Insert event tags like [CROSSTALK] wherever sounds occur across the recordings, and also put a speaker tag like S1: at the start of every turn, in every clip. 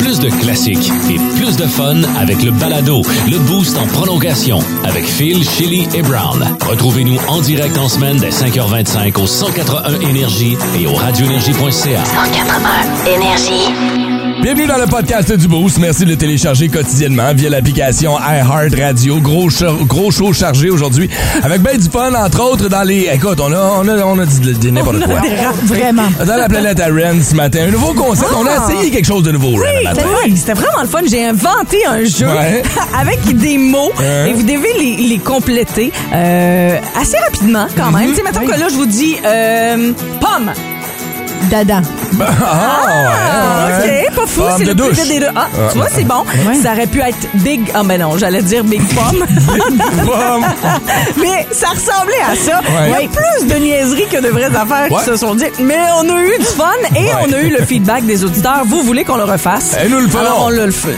S1: Plus de classiques et plus de fun avec le balado, le boost en prolongation avec Phil, Chili et Brown. Retrouvez-nous en direct en semaine dès 5h25 au 181 Énergie et au radioénergie.ca.
S2: 181 énergie.
S3: Bienvenue dans le podcast du Boost. Merci de le télécharger quotidiennement via l'application iHeartRadio. Gros, char- gros show chargé aujourd'hui. Avec ben du fun, entre autres, dans les... Écoute, on a, on a, on a dit, dit n'importe quoi.
S4: Vraiment.
S3: Dans la planète Aren ce matin. Un nouveau concept. On a
S4: Ah. ben
S3: essayé quelque chose de nouveau, Ren, le matin.
S4: C'était fun. C'était vraiment le fun. J'ai inventé un jeu
S3: ben, Ouais.
S4: [LAUGHS] avec des mots
S3: Hein?
S4: et vous devez les, les compléter euh, assez rapidement quand
S3: Mhm.
S4: même. Tu sais, mettons que là, je vous dis euh, pomme.
S5: Dada.
S3: [LAUGHS] Ah,
S4: Ah,
S3: ouais, ouais.
S4: ok, pas fou,
S3: Pomme
S4: c'est
S3: de
S4: le plus
S3: douche.
S4: vite des deux. Ah, tu vois, c'est bon. Ça aurait pu être big. Ah, mais non, j'allais dire big pomme.
S3: [LAUGHS] Pomme.
S4: [LAUGHS] mais ça ressemblait à ça.
S3: Ouais.
S4: Il y a plus de niaiseries que de vraies affaires
S3: Ouais.
S4: qui se sont dites. Mais on a eu du fun et
S3: Ouais.
S4: on a eu le feedback des auditeurs. Vous voulez qu'on le refasse?
S3: Et nous le ferons.
S4: Alors, on le le fait.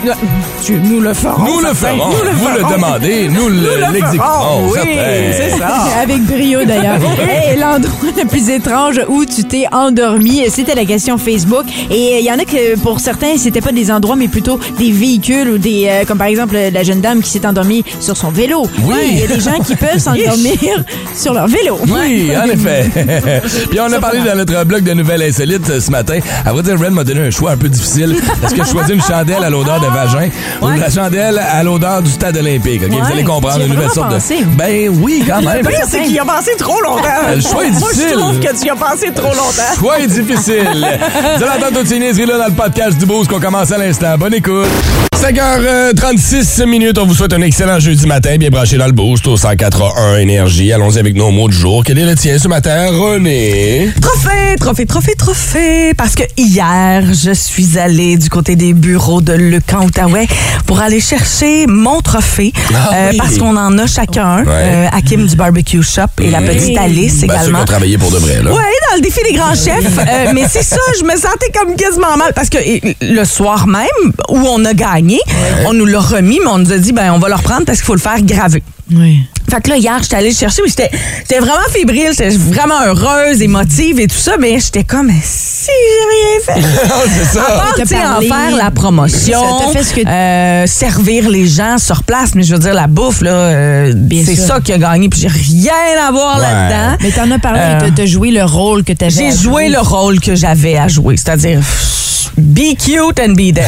S4: Tu- Nous le ferons.
S3: Nous le
S4: [LAUGHS] certain.
S3: ferons.
S4: Nous le
S3: Vous le
S4: ferons.
S3: demandez, nous le-
S4: le
S3: l'exécuterons,
S4: ferons. Ah Oui,
S3: certain.
S4: c'est ça.
S5: [LAUGHS] Avec brio d'ailleurs.
S4: [LAUGHS]
S5: Et l'endroit le plus étrange où tu t'es endormi, c'était la question Facebook. Et il y en a que pour certains, c'était pas des endroits, mais plutôt des véhicules ou des, euh, comme par exemple la jeune dame qui s'est endormie sur son vélo.
S3: Oui.
S5: Il y a des gens qui
S3: [LAUGHS]
S5: peuvent s'endormir sur leur vélo.
S3: Oui,
S5: [LAUGHS]
S4: [LAUGHS]
S3: en effet. Puis on a parlé dans notre blog de nouvelles insolites euh, ce matin. À vrai dire, Ren m'a donné un choix un peu difficile parce que je choisis une chandelle à l'odeur de vagin ou
S4: Ouais.
S3: la chandelle à l'odeur du stade olympique. OK, Vous allez
S5: Tu
S3: comprendre
S5: y as
S3: une nouvelle
S5: vraiment
S3: sorte
S5: pensé?
S3: de. Ben oui, quand même.
S4: Le pire, c'est qu'il y a passé trop longtemps.
S3: Le choix est
S4: Moi, je
S3: difficile.
S4: trouve que tu y as passé trop longtemps.
S3: [LAUGHS] Choix difficile. Vous allez entendre toutes ces niaiseries-là dans le podcast du Boost qu'on commence à l'instant. Bonne écoute. 5h36 euh, minutes, on vous souhaite un excellent jeudi matin, bien branché dans le boost au 181 énergie. Allons-y avec nos mots du jour. Quel est le tien ce matin, René?
S4: Trophée, trophée, trophée, trophée. Parce que hier, je suis allée du côté des bureaux de Lucan, Outaouais, pour aller chercher mon trophée. euh,
S3: Ah oui.
S4: Parce qu'on en a chacun. un.
S3: Ouais.
S4: Euh, Hakim du Barbecue Shop et la petite Alice
S3: Ben, ceux qui
S4: également.
S3: ont travaillé pour de vrai, là.
S4: Oui, dans le défi des grands chefs. Euh, mais c'est ça, je me sentais comme quasiment mal. Parce que euh, le soir même, où on a gagné, on nous l'a remis, mais on nous a dit, ben, on va le reprendre parce qu'il faut le faire graver.
S5: Oui.
S4: Fait que là, hier, j'étais allée le chercher, mais j'étais j'étais vraiment fébrile, j'étais vraiment heureuse, émotive et tout ça, mais j'étais comme si j'ai
S5: [LAUGHS]
S4: rien fait.
S3: [LAUGHS] c'est
S4: À
S3: ça.
S4: part,
S5: T'as
S4: tu sais, en
S5: parlé.
S4: faire la promotion,
S5: Ça, t'as fait ce que-
S4: euh, servir les gens sur place, mais je veux dire, la bouffe, là, euh, c'est
S5: sûr.
S4: ça qui a gagné, puis j'ai rien à voir
S3: Ouais.
S4: là-dedans.
S5: Mais t'en as parlé,
S4: Euh,
S5: t'as- t'as joué le rôle que t'avais. à
S4: J'ai joué
S5: jouer.
S4: le rôle que j'avais à jouer, c'est-à-dire be cute and be
S5: [LAUGHS]
S4: there.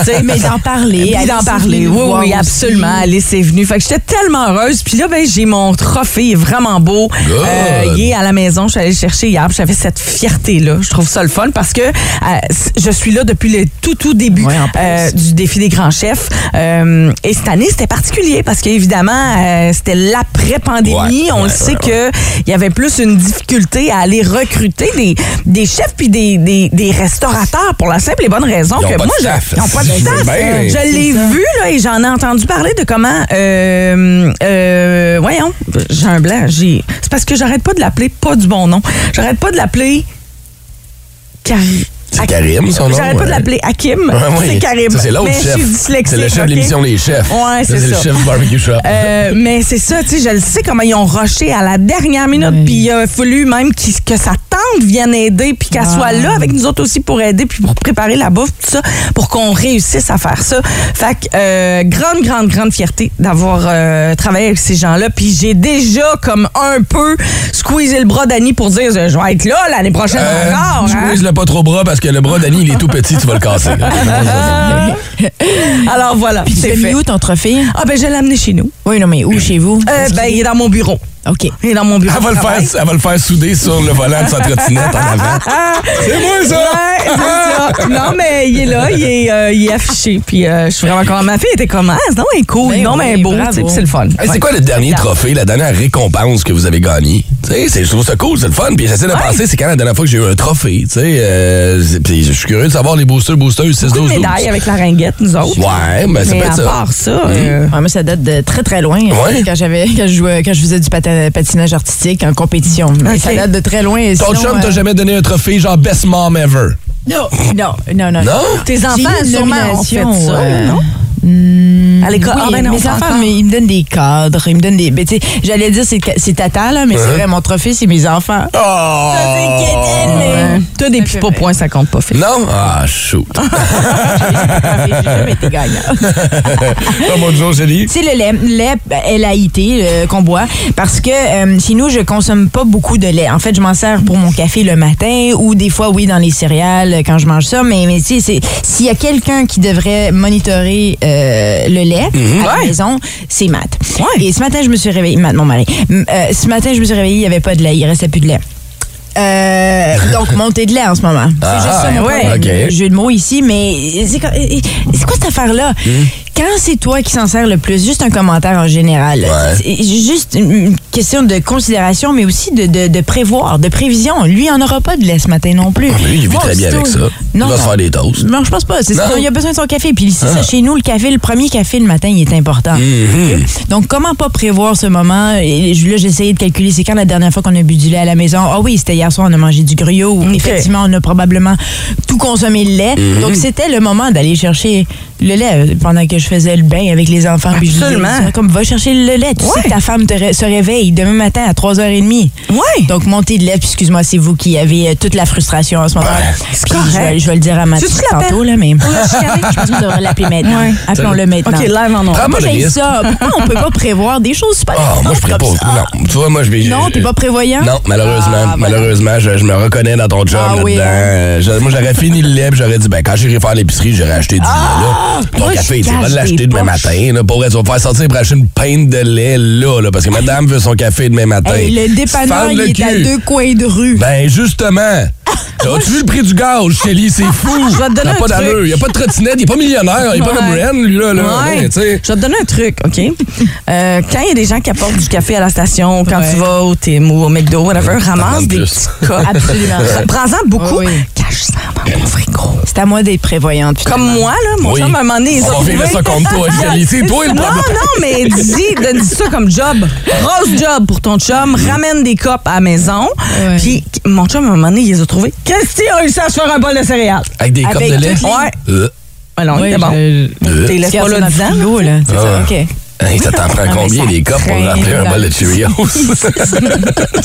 S4: Tu sais,
S5: Mais d'en parler.
S4: puis
S5: Alice
S4: d'en
S5: est
S4: parler.
S5: venue nous
S4: Oui,
S5: voir
S4: oui,
S5: aussi.
S4: absolument. Alice est venue. Fait que j'étais tellement heureuse. Puis là, ben, j'ai mon trophée. Il est vraiment beau. Euh, il est à la maison. Je suis allée le chercher hier. puis J'avais cette fierté-là. Je trouve ça le fun parce que euh, c- je suis là depuis le tout, tout début
S5: Ouais, en plus.
S4: euh, du défi des grands chefs. Euh, et cette année, c'était particulier parce qu'évidemment, euh, c'était l'après-pandémie.
S3: Ouais,
S4: On
S3: ouais,
S4: le sait
S3: ouais,
S4: que il y avait plus une difficulté à aller recruter des, des chefs puis des, des, des restaurateurs pour la simple et bonne raison
S3: Ils ont
S4: que
S3: pas de
S4: moi, je-
S3: staff.
S4: ils ont pas de
S3: C'est
S4: staff. Euh,
S3: bien.
S4: Je l'ai vu là, et j'en ai entendu parler de comment. Euh, euh, voyons, j'ai un blanc. J'ai... C'est parce que j'arrête pas de l'appeler pas du bon nom. J'arrête pas de l'appeler. Cari-
S3: C'est Karim, son nom,
S4: J'arrête pas
S3: ouais.
S4: de l'appeler Hakim.
S3: Ouais, oui.
S4: Ah, C'est Karim.
S3: Ça, c'est l'autre
S4: Mais
S3: chef.
S4: Je suis dyslexique.
S3: C'est le chef de
S4: ok?
S3: l'émission Les Chefs.
S4: Ouais,
S3: Ça,
S4: c'est
S3: C'est le
S4: ça.
S3: chef du barbecue shop. [LAUGHS]
S4: Euh, mais c'est ça, tu sais, je le sais comment ils ont rushé à la dernière minute, puis il a fallu même qu'il- que sa tante vienne aider, puis qu'elle soit là avec nous autres aussi pour aider, puis pour préparer la bouffe, tout ça, pour qu'on réussisse à faire ça. Fait que, euh, grande, grande, grande fierté d'avoir euh, travaillé avec ces gens-là, puis j'ai déjà comme un peu squeezé le bras d'Annie pour dire, je vais être là l'année prochaine
S3: Euh,
S4: encore. hein.
S3: squeeze le pas trop bras parce que le bras d'Annie, il est tout petit, tu vas le casser.
S4: [LAUGHS] Ah. Alors voilà,
S5: Puis tu
S4: c'est
S5: l'as mis
S4: fait.
S5: où ton trophée?
S4: Ah ben je l'ai amené chez nous.
S5: Oui, non, mais où? Chez vous?
S4: Euh, ben il est dans mon bureau.
S5: OK.
S4: Il est dans mon bureau.
S3: Elle va,
S4: de
S3: le
S4: travail.
S3: faire, elle va le faire souder sur le volant de sa trottinette en
S4: [LAUGHS]
S3: avant. C'est moi, ça!
S4: Ah! Ouais, c'est ça. Non, mais il est là, il est, euh, il est affiché. Puis euh, je suis vraiment contente. Ma fille était comme, ah, c'est donc bien cool,
S5: Ben
S4: non, mais
S5: oui,
S4: beau,
S5: bravo.
S4: tu sais, puis c'est le fun.
S3: Hey, c'est quoi le dernier trophée, la dernière récompense que vous avez gagnée? Tu sais, c'est- je trouve ça cool, c'est le fun. Puis j'essaie de penser, c'est quand la dernière fois que j'ai eu un trophée, tu sais. euh, c'est- puis je suis curieux de savoir les boosters, boosters, 6,
S4: Beaucoup
S3: 12,
S4: de
S3: 12.
S4: médailles avec la ringuette, nous autres.
S3: Ouais, mais ça
S4: mais
S3: peut
S4: à
S3: être ça. Mmh.
S4: part ça, euh,
S5: Ouais, moi, ça date de très, très loin. hein,
S3: Ouais.
S5: Quand, j'avais, quand, je jouais, quand je faisais du pata- patinage artistique en compétition. Mais
S4: Ok.
S5: Ça date de très loin.
S3: Ton
S5: sinon,
S3: chum t'a
S5: euh,
S3: jamais donné un trophée genre Best Mom Ever?
S5: Non, non, non. non.
S3: Non?
S4: tes enfants,
S5: J'ai eu une
S4: sûrement, ont fait
S5: nomination,
S4: ça,
S5: euh,
S4: non? À l'école.
S5: Oui,
S4: Ah, ben non,
S5: mes
S4: pas
S5: enfants,
S4: encore.
S5: mais ils me donnent des cadres, ils me donnent des. ben, tu sais, j'allais dire c'est, c'est tata, là, mais
S4: Uh-huh.
S5: c'est vrai, mon trophée, c'est mes
S4: [LAUGHS]
S5: enfants.
S3: Oh!
S5: Ah! Ouais.
S4: Toi, des petits pas points, ça compte pas, Phil.
S3: Non? Ah, shoot.
S5: J'ai jamais été gagnante.
S3: Pas Ah, mon jour, Julie.
S5: C'est le lait, lait L-A-I-T, euh, qu'on boit, parce que euh, chez nous, je consomme pas beaucoup de lait. En fait, je m'en sers pour mon café le matin ou des fois, oui, dans les céréales euh, quand je mange ça. Mais, mais tu sais, c'est- s'il y a quelqu'un qui devrait monitorer euh, le lait
S3: Mhm.
S5: à la maison, c'est Matt. Et ce matin, je me suis réveillée, Matt, mon mari, M- euh, ce matin, je me suis réveillée, il n'y avait pas de lait, il restait plus de lait. Euh, donc,
S3: [LAUGHS]
S5: montée de lait en ce moment. C'est
S3: Ah,
S5: juste ça mon
S3: ouais.
S5: problème.
S3: OK.
S5: Jeu de mots ici, mais c'est quoi, c'est quoi cette affaire-là?
S3: Hmm?
S5: Quand c'est toi qui s'en sers le plus, juste un commentaire en général.
S3: Ouais.
S5: C'est Juste une question de considération, mais aussi de, de- de prévoir, de prévision. Lui, il n'en aura pas de lait ce matin non plus.
S3: Ah, mais lui, il vit
S5: Moi,
S3: très bien avec
S5: aussitôt-
S3: ça. Il va se faire des toasts.
S5: Non, je pense pas. C'est ça,
S3: Non. Ah.
S5: il a besoin de son café. Puis c'est ça, chez nous, le café, le premier café le matin, il est important.
S3: Mhm.
S5: Donc, comment pas prévoir ce moment? Et je- Là, j'ai essayé de calculer, c'est quand la dernière fois qu'on a bu du lait à la maison? Ah oui, c'était hier soir, on a mangé du griot. ou
S4: Ok. Mhm.
S5: Effectivement, on a probablement tout consommé le lait. Donc, c'était le moment d'aller chercher le lait euh, pendant que je faisais le bain avec les enfants. Puis je disais,
S4: Absolument.
S5: comme, va chercher le lait. Tu sais
S4: Ouais.
S5: que ta femme te ré- se réveille demain matin à 3h30.
S4: Ouais.
S5: Donc, montée de lait, puis excuse-moi, c'est vous qui avez euh, toute la frustration en ce moment.
S4: c'est
S5: Puis je,
S4: correct.
S5: vais, je vais le dire à ma
S4: Tu
S5: petite
S4: l'appelles?
S5: tantôt, là, mais.
S4: la chicaner?
S5: [LAUGHS] Je pense qu'on devrait l'appeler maintenant.
S4: Ouais.
S5: Appelons-le maintenant.
S4: OK, live en
S3: Ah,
S4: or.
S5: Moi,
S3: pas de
S5: j'ai
S3: risque.
S5: ça. Pourquoi on peut pas prévoir des choses super
S3: Ah, moi, je ferais pas.
S5: importantes comme ça?
S3: Non, tu vois, moi, je vais.
S5: Non, t'es pas prévoyant?
S3: Non, malheureusement,
S5: Ah, voilà.
S3: malheureusement, je, je me reconnais dans ton job
S5: Ah,
S3: là-dedans.
S5: oui, hein? Ah!
S3: Euh, je- moi, j'aurais fini le lait, puis j'aurais dit, ben, quand j'irai faire l'épicerie, j'aurais acheté du lait, là. Ton
S5: moi,
S3: café,
S5: je
S3: tu vas
S5: cache
S3: l'acheter
S5: des
S3: demain
S5: poches.
S3: matin, là. Pour vrai, tu vas me faire sortir pour acheter une pinte de lait, là, là, parce que madame veut son café demain matin.
S5: Hey, le dépanneur,
S3: Fendre
S5: il
S3: le
S5: est
S3: cul.
S5: à deux coins de rue.
S3: Ben, justement. As-tu vu le prix du gaz,
S4: [LAUGHS]
S3: Chélie? C'est fou.
S4: Ah, Je vais te donner
S3: Il a
S4: un
S3: pas
S4: truc.
S3: d'allure. Il a pas de trottinette. Il est pas millionnaire. Il est pas comme
S4: Ouais.
S3: Ren, lui, là. là.
S4: Ouais.
S3: Ouais, tu sais.
S4: Je vais te donner un truc, OK? Euh, quand il y a des gens qui apportent du café à la station, quand
S5: Ouais.
S4: tu vas au Tim ou au McDo, whatever, ramasse
S3: demande
S4: des
S3: plus.
S4: petits cups.
S5: Absolument.
S4: Prends-en beaucoup.
S5: Oui, oui.
S4: Cache-ça dans mon frigo.
S5: C'est à moi d'être prévoyante. finalement.
S4: Comme moi, là, mon
S3: Oui.
S4: chum, à un moment donné, ils
S3: On
S4: ont
S3: va vivre
S4: trouvé-
S3: ça contre
S4: [LAUGHS]
S3: toi, Chélie. C'est toi le
S4: Non,
S3: problème.
S4: non, mais dis, de- dis ça comme job. Grosse job pour ton chum.
S3: Mm.
S4: Ramène des copes à la maison.
S5: Ouais.
S4: Puis mon chum, à un moment donné, il les a trouvés. Qu'est-ce qu'il a réussi à se faire un bol de céréales?
S3: Avec des
S5: Avec
S3: copes de lait?
S5: toutes les-
S4: Ouais.
S3: Euh,
S4: Alors,
S5: Ouais,
S4: il était bon.
S5: je-
S3: euh.
S4: T'es
S5: Regarde,
S4: laisse pas
S5: c'est
S4: là
S5: dans le
S4: dedans.
S5: frigo, là. C'est ça,
S3: Ah.
S5: OK.
S3: Hey, ça t'en prend
S5: mais
S3: combien
S5: ça
S3: des copes pour
S5: traîne
S3: remplir un
S5: dans
S3: bol de
S5: le-
S3: Cheerios?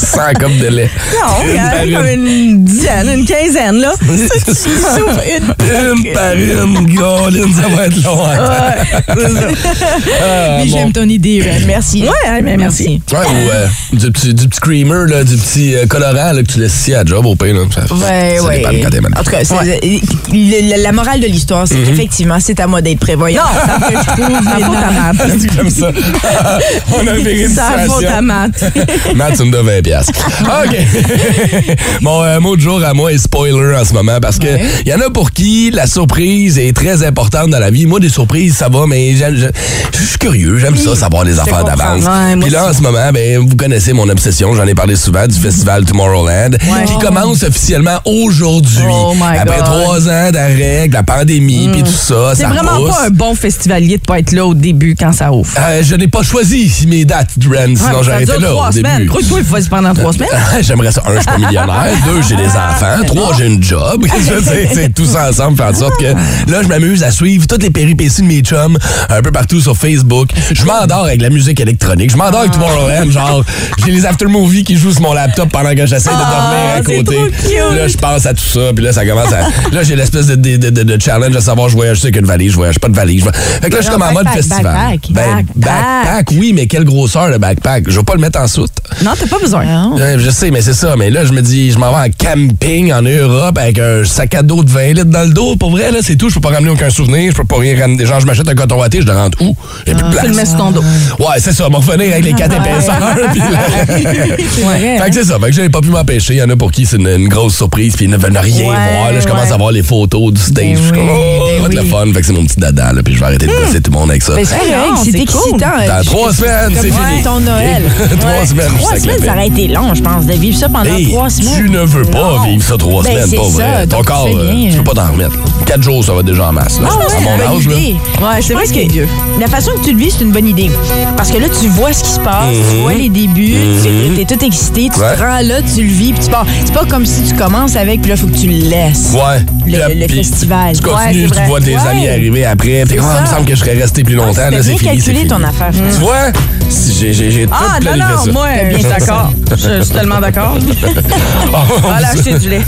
S3: [LAUGHS] 100 copes de lait.
S4: Non, hein? il y en avait comme une dizaine, une quinzaine, là. Sauf
S3: [LAUGHS]
S4: une.
S3: Une par une, Colin, ça va être long. hein. Ah,
S5: Mais
S3: bon.
S5: J'aime ton idée, Ren. hein, Merci.
S4: Ah, Ouais, mais merci.
S3: Ouais, ou euh, du, petit, du petit creamer, là, du petit euh, colorant là, que tu laisses ici à job au pain. Là. Ça,
S5: Ouais,
S3: ça
S5: ouais.
S3: dépend de quand t'es
S4: [LAUGHS]
S3: malade.
S5: en tout cas, c'est- euh, le- le- la morale de l'histoire,
S3: Mm-hmm.
S5: c'est qu'effectivement, c'est à moi d'être prévoyant.
S4: Non, ça fait [LAUGHS]
S5: mais non.
S4: je trouve.
S3: C'est comme ça. [LAUGHS] On a viré une
S4: Ça vaut ta
S3: situation.
S4: mate.
S3: Matt, tu me dois 20 piastres.
S4: [LAUGHS]
S3: OK. Mon euh, mot de jour à moi est spoiler en ce moment parce que il y en a pour qui la surprise est très importante dans la vie. Moi, des surprises, ça va, mais j'aime- je je suis curieux. J'aime ça, savoir les affaires
S5: comprends.
S3: d'avance.
S4: Ouais, moi
S3: Puis là, en ce moment, ben, vous connaissez mon obsession. J'en ai parlé souvent du festival Tomorrowland qui commence officiellement aujourd'hui.
S4: Oh my
S3: Après
S4: God. Mm.
S3: trois ans d'arrêt, de la pandémie, puis tout ça,
S4: C'est
S3: ça
S4: vraiment
S3: repousse.
S4: pas un bon festivalier de pas être là au début quand ça ouvre.
S3: Euh, je n'ai pas choisi mes dates, Dren, Ah, sinon
S4: Ouais,
S3: j'aurais
S4: ça
S3: été
S4: dure
S3: là
S4: trois
S3: au début.
S4: semaines. Pourquoi il faut se pendant trois
S3: [LAUGHS]
S4: semaines?
S3: Ah, J'aimerais ça. Un, je suis
S4: [LAUGHS]
S3: pas millionnaire. Deux, j'ai des enfants. Trois, j'ai une job. [LAUGHS] Je veux dire, c'est tout ça ensemble faire en sorte que là, je m'amuse à suivre toutes les péripéties de mes chums un peu partout sur Facebook. Je m'endors avec la musique électronique. Je m'endors avec Tomorrowland.
S4: Ah.
S3: Genre, j'ai les after-movies qui jouent sur mon laptop pendant que j'essaie de dormir à
S4: Ah, c'est
S3: côté.
S4: trop cute.
S3: Là, je pense à tout ça. Puis là, ça
S4: [LAUGHS]
S3: commence à. Là, j'ai l'espèce de, de, de- de- de challenge à savoir, je voyage avec une valise, je voyage pas de valise. Je- Fait que là, je suis comme en mode
S5: backpack,
S3: festival.
S5: backpack,
S3: ben,
S5: backpack.
S3: backpack, oui, mais quelle grosseur le backpack. Je vais pas le mettre en soute.
S4: Non, t'as pas besoin.
S3: Ouais, je sais, mais c'est ça. Mais là, je me dis, je m'en vais en camping en Europe avec un sac à dos de 20 litres dans le dos. Pour vrai, là, c'est tout. Je peux pas ramener aucun souvenir. Je peux pas rien ramener. Genre, je m'achète un coton à thé, je le rentre où? J'ai
S5: Ah,
S3: plus de place.
S4: Tu le mets sur ton dos.
S3: Ouais, c'est ça. On va revenir avec les quatre épaisseurs.
S5: [LAUGHS]
S3: puis là-
S5: hein?
S3: Fait que c'est ça. Fait que j'avais pas pu m'empêcher. Il y en a pour qui c'est une, une grosse surprise. Puis ils ne veulent rien
S5: Ouais,
S3: voir. Là, je commence
S5: ouais.
S3: à voir les photos du stage.
S5: Ben
S3: je suis
S5: oui,
S3: comme, oh,
S5: ben
S3: ça va être
S5: oui.
S3: le fun. Fait que c'est mon petit dada. Là, puis je vais arrêter de presser tout le monde avec ça.
S5: Ben, c'est
S4: Ben
S5: correct,
S4: non,
S5: c'est
S4: c'est
S5: tes excitant.
S3: Dans trois semaines, c'est
S5: Comme
S3: fini.
S5: Ton Noël.
S3: [LAUGHS] Trois
S5: Ouais.
S3: semaines,
S5: Trois
S3: ça
S5: semaines,
S3: clapait.
S5: ça aurait été long, je pense, de vivre ça pendant
S3: Hey,
S5: trois semaines.
S3: Tu ne veux pas
S5: Non.
S3: vivre ça trois
S5: Ben,
S3: semaines,
S5: c'est
S3: pas vrai.
S5: ça,
S3: Ton
S5: donc
S3: corps,
S5: tu fais
S3: euh,
S5: bien. hein.
S3: tu peux pas t'en remettre. Quatre jours, ça va déjà en masse. Là.
S5: Ah ouais,
S3: à mon
S5: c'est une
S3: âge,
S5: bonne
S3: là.
S5: idée. Ouais, c'est vrai
S4: pense que-
S5: que la façon que tu le vis, c'est une bonne idée. Parce que là, tu vois ce qui se passe, tu vois les débuts, tu es tout excité, tu
S3: Mhm. Ouais.
S5: te rends là, tu le vis, puis tu pars. C'est pas comme si tu commences avec, puis là, faut que tu le laisses.
S3: Ouais.
S5: Le-
S3: Là,
S5: le
S3: puis
S5: festival.
S3: Tu
S5: Ouais,
S3: continues,
S5: c'est
S3: tu
S5: vrai.
S3: vois tes
S5: Ouais.
S3: amis arriver après. Puis, Ah, il me
S5: ça.
S3: semble que je serais resté plus longtemps.
S5: Tu
S3: Là,
S5: as
S3: c'est
S5: bien
S3: fini. c'est
S5: calculé
S3: fini. Mhm.
S5: ton affaire.
S3: Tu vois? Si j'ai- J'ai j'ai tout
S4: Ah, non,
S3: planifié
S4: non,
S3: ça.
S4: moi, je suis d'accord. Je, je suis tellement d'accord. Allez acheter du lait.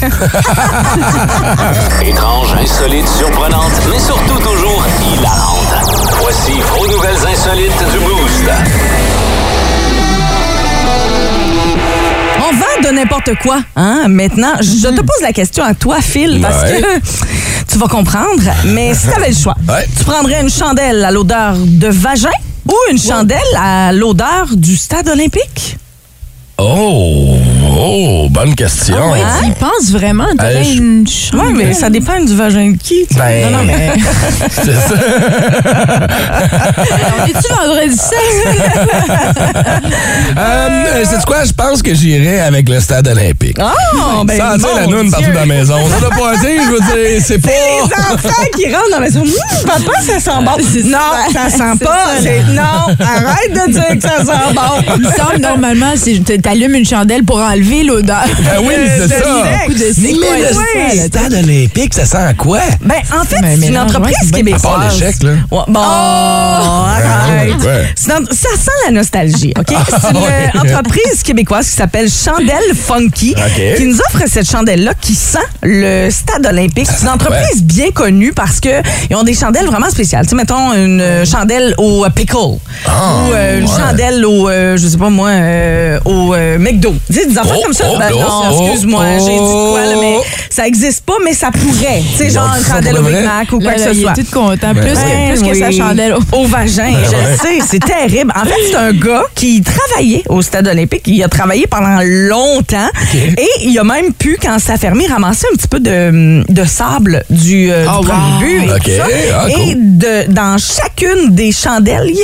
S1: Étrange, insolite, surprenante, mais surtout toujours hilarante. Voici vos nouvelles insolites du Boost.
S4: On vend de n'importe quoi. Hein? Maintenant, je te pose la question à toi, Phil, parce
S3: Ouais.
S4: que tu vas comprendre, mais si tu avais le choix,
S3: Ouais.
S4: tu prendrais une chandelle à l'odeur de vagin ou une chandelle à l'odeur du stade olympique?
S3: [LAUGHS] Oh, oh, bonne question.
S5: Ah ouais, tu y penses vraiment? T'as
S3: Euh, je-
S5: une chance.
S4: Oui,
S5: [LAUGHS]
S4: mais ça dépend du vagin de qui. tu sais.
S3: Ben,
S4: Non, non, mais-
S3: c'est ça.
S5: On est-tu vendredi 16?
S3: [LAUGHS] Euh, c'est quoi? Je pense que j'irai avec le stade olympique.
S5: Ah,
S4: Oh, ben,
S3: Sentir
S4: mon
S3: la noune
S4: Dieu.
S3: partout dans la maison. Ça doit pas à dire, je veux dire,
S5: [LAUGHS]
S3: c'est pas...
S4: Les enfants qui rentrent dans la maison. Hum, papa, ça sent bon. Non, ça sent pas. C'est- Non, arrête de dire que ça sent
S3: [LAUGHS]
S4: bon.
S5: Il me semble normalement, c'est t- t'allumes une chandelle pour enlever l'odeur.
S3: Ben oui,
S5: [LAUGHS]
S3: c'est
S5: c'est
S3: ça.
S5: le coup de- c'est quoi
S3: Mais
S5: ça,
S3: le
S5: là?
S3: stade olympique, ça sent à quoi?
S4: Ben, en fait,
S5: Mais
S4: c'est une
S5: mélange, ouais, c'est
S4: entreprise
S5: une bonne-
S3: À
S4: québécoise.
S3: part l'échec, là.
S4: Ouais, bon, Oh! [LAUGHS] Ah, arrête.
S3: Ah, Ouais.
S4: C'est dans- ça sent la nostalgie,
S3: [LAUGHS]
S4: OK? C'est une
S3: Ah ouais.
S4: euh, entreprise québécoise qui s'appelle Chandelle Funky
S3: OK.
S4: qui nous offre cette chandelle-là qui sent le stade olympique. C'est une
S3: sent quoi?
S4: entreprise bien connue parce que ils ont des chandelles vraiment spéciales. Tu sais, mettons une euh, chandelle au euh, pickle ou euh, une
S3: Ah, ouais.
S4: chandelle au, euh, je sais pas moi, euh, au euh, McDo. Tu sais, des affaires
S3: Oh,
S4: comme ça.
S3: oh,
S4: Ben
S3: oh,
S4: non,
S3: oh,
S4: excuse-moi,
S3: oh.
S4: j'ai dit de quoi, là, mais ça existe pas, mais ça pourrait. Tu sais,
S3: Ils ont
S4: genre
S3: dit
S4: une
S3: ça
S4: chandelle au
S3: pour
S4: Big
S3: vrai?
S4: Mac ou quoi
S5: Là,
S4: que
S5: là,
S4: ce
S5: il
S4: soit
S5: est tout content. Plus,
S4: Ouais,
S5: que, plus que
S4: oui.
S5: sa chandelle. au-
S4: au vagin. je le sais, c'est terrible. En fait, c'est un gars qui travaillait au stade olympique. Il a travaillé pendant longtemps. Et il a même pu, quand ça a fermé, ramasser un petit peu de, de sable du, euh, du
S5: Oh,
S4: premier
S5: wow.
S4: but. Et,
S3: OK,
S4: tout ça.
S3: ah, cool.
S4: Et de, dans chacune des chandelles, il y a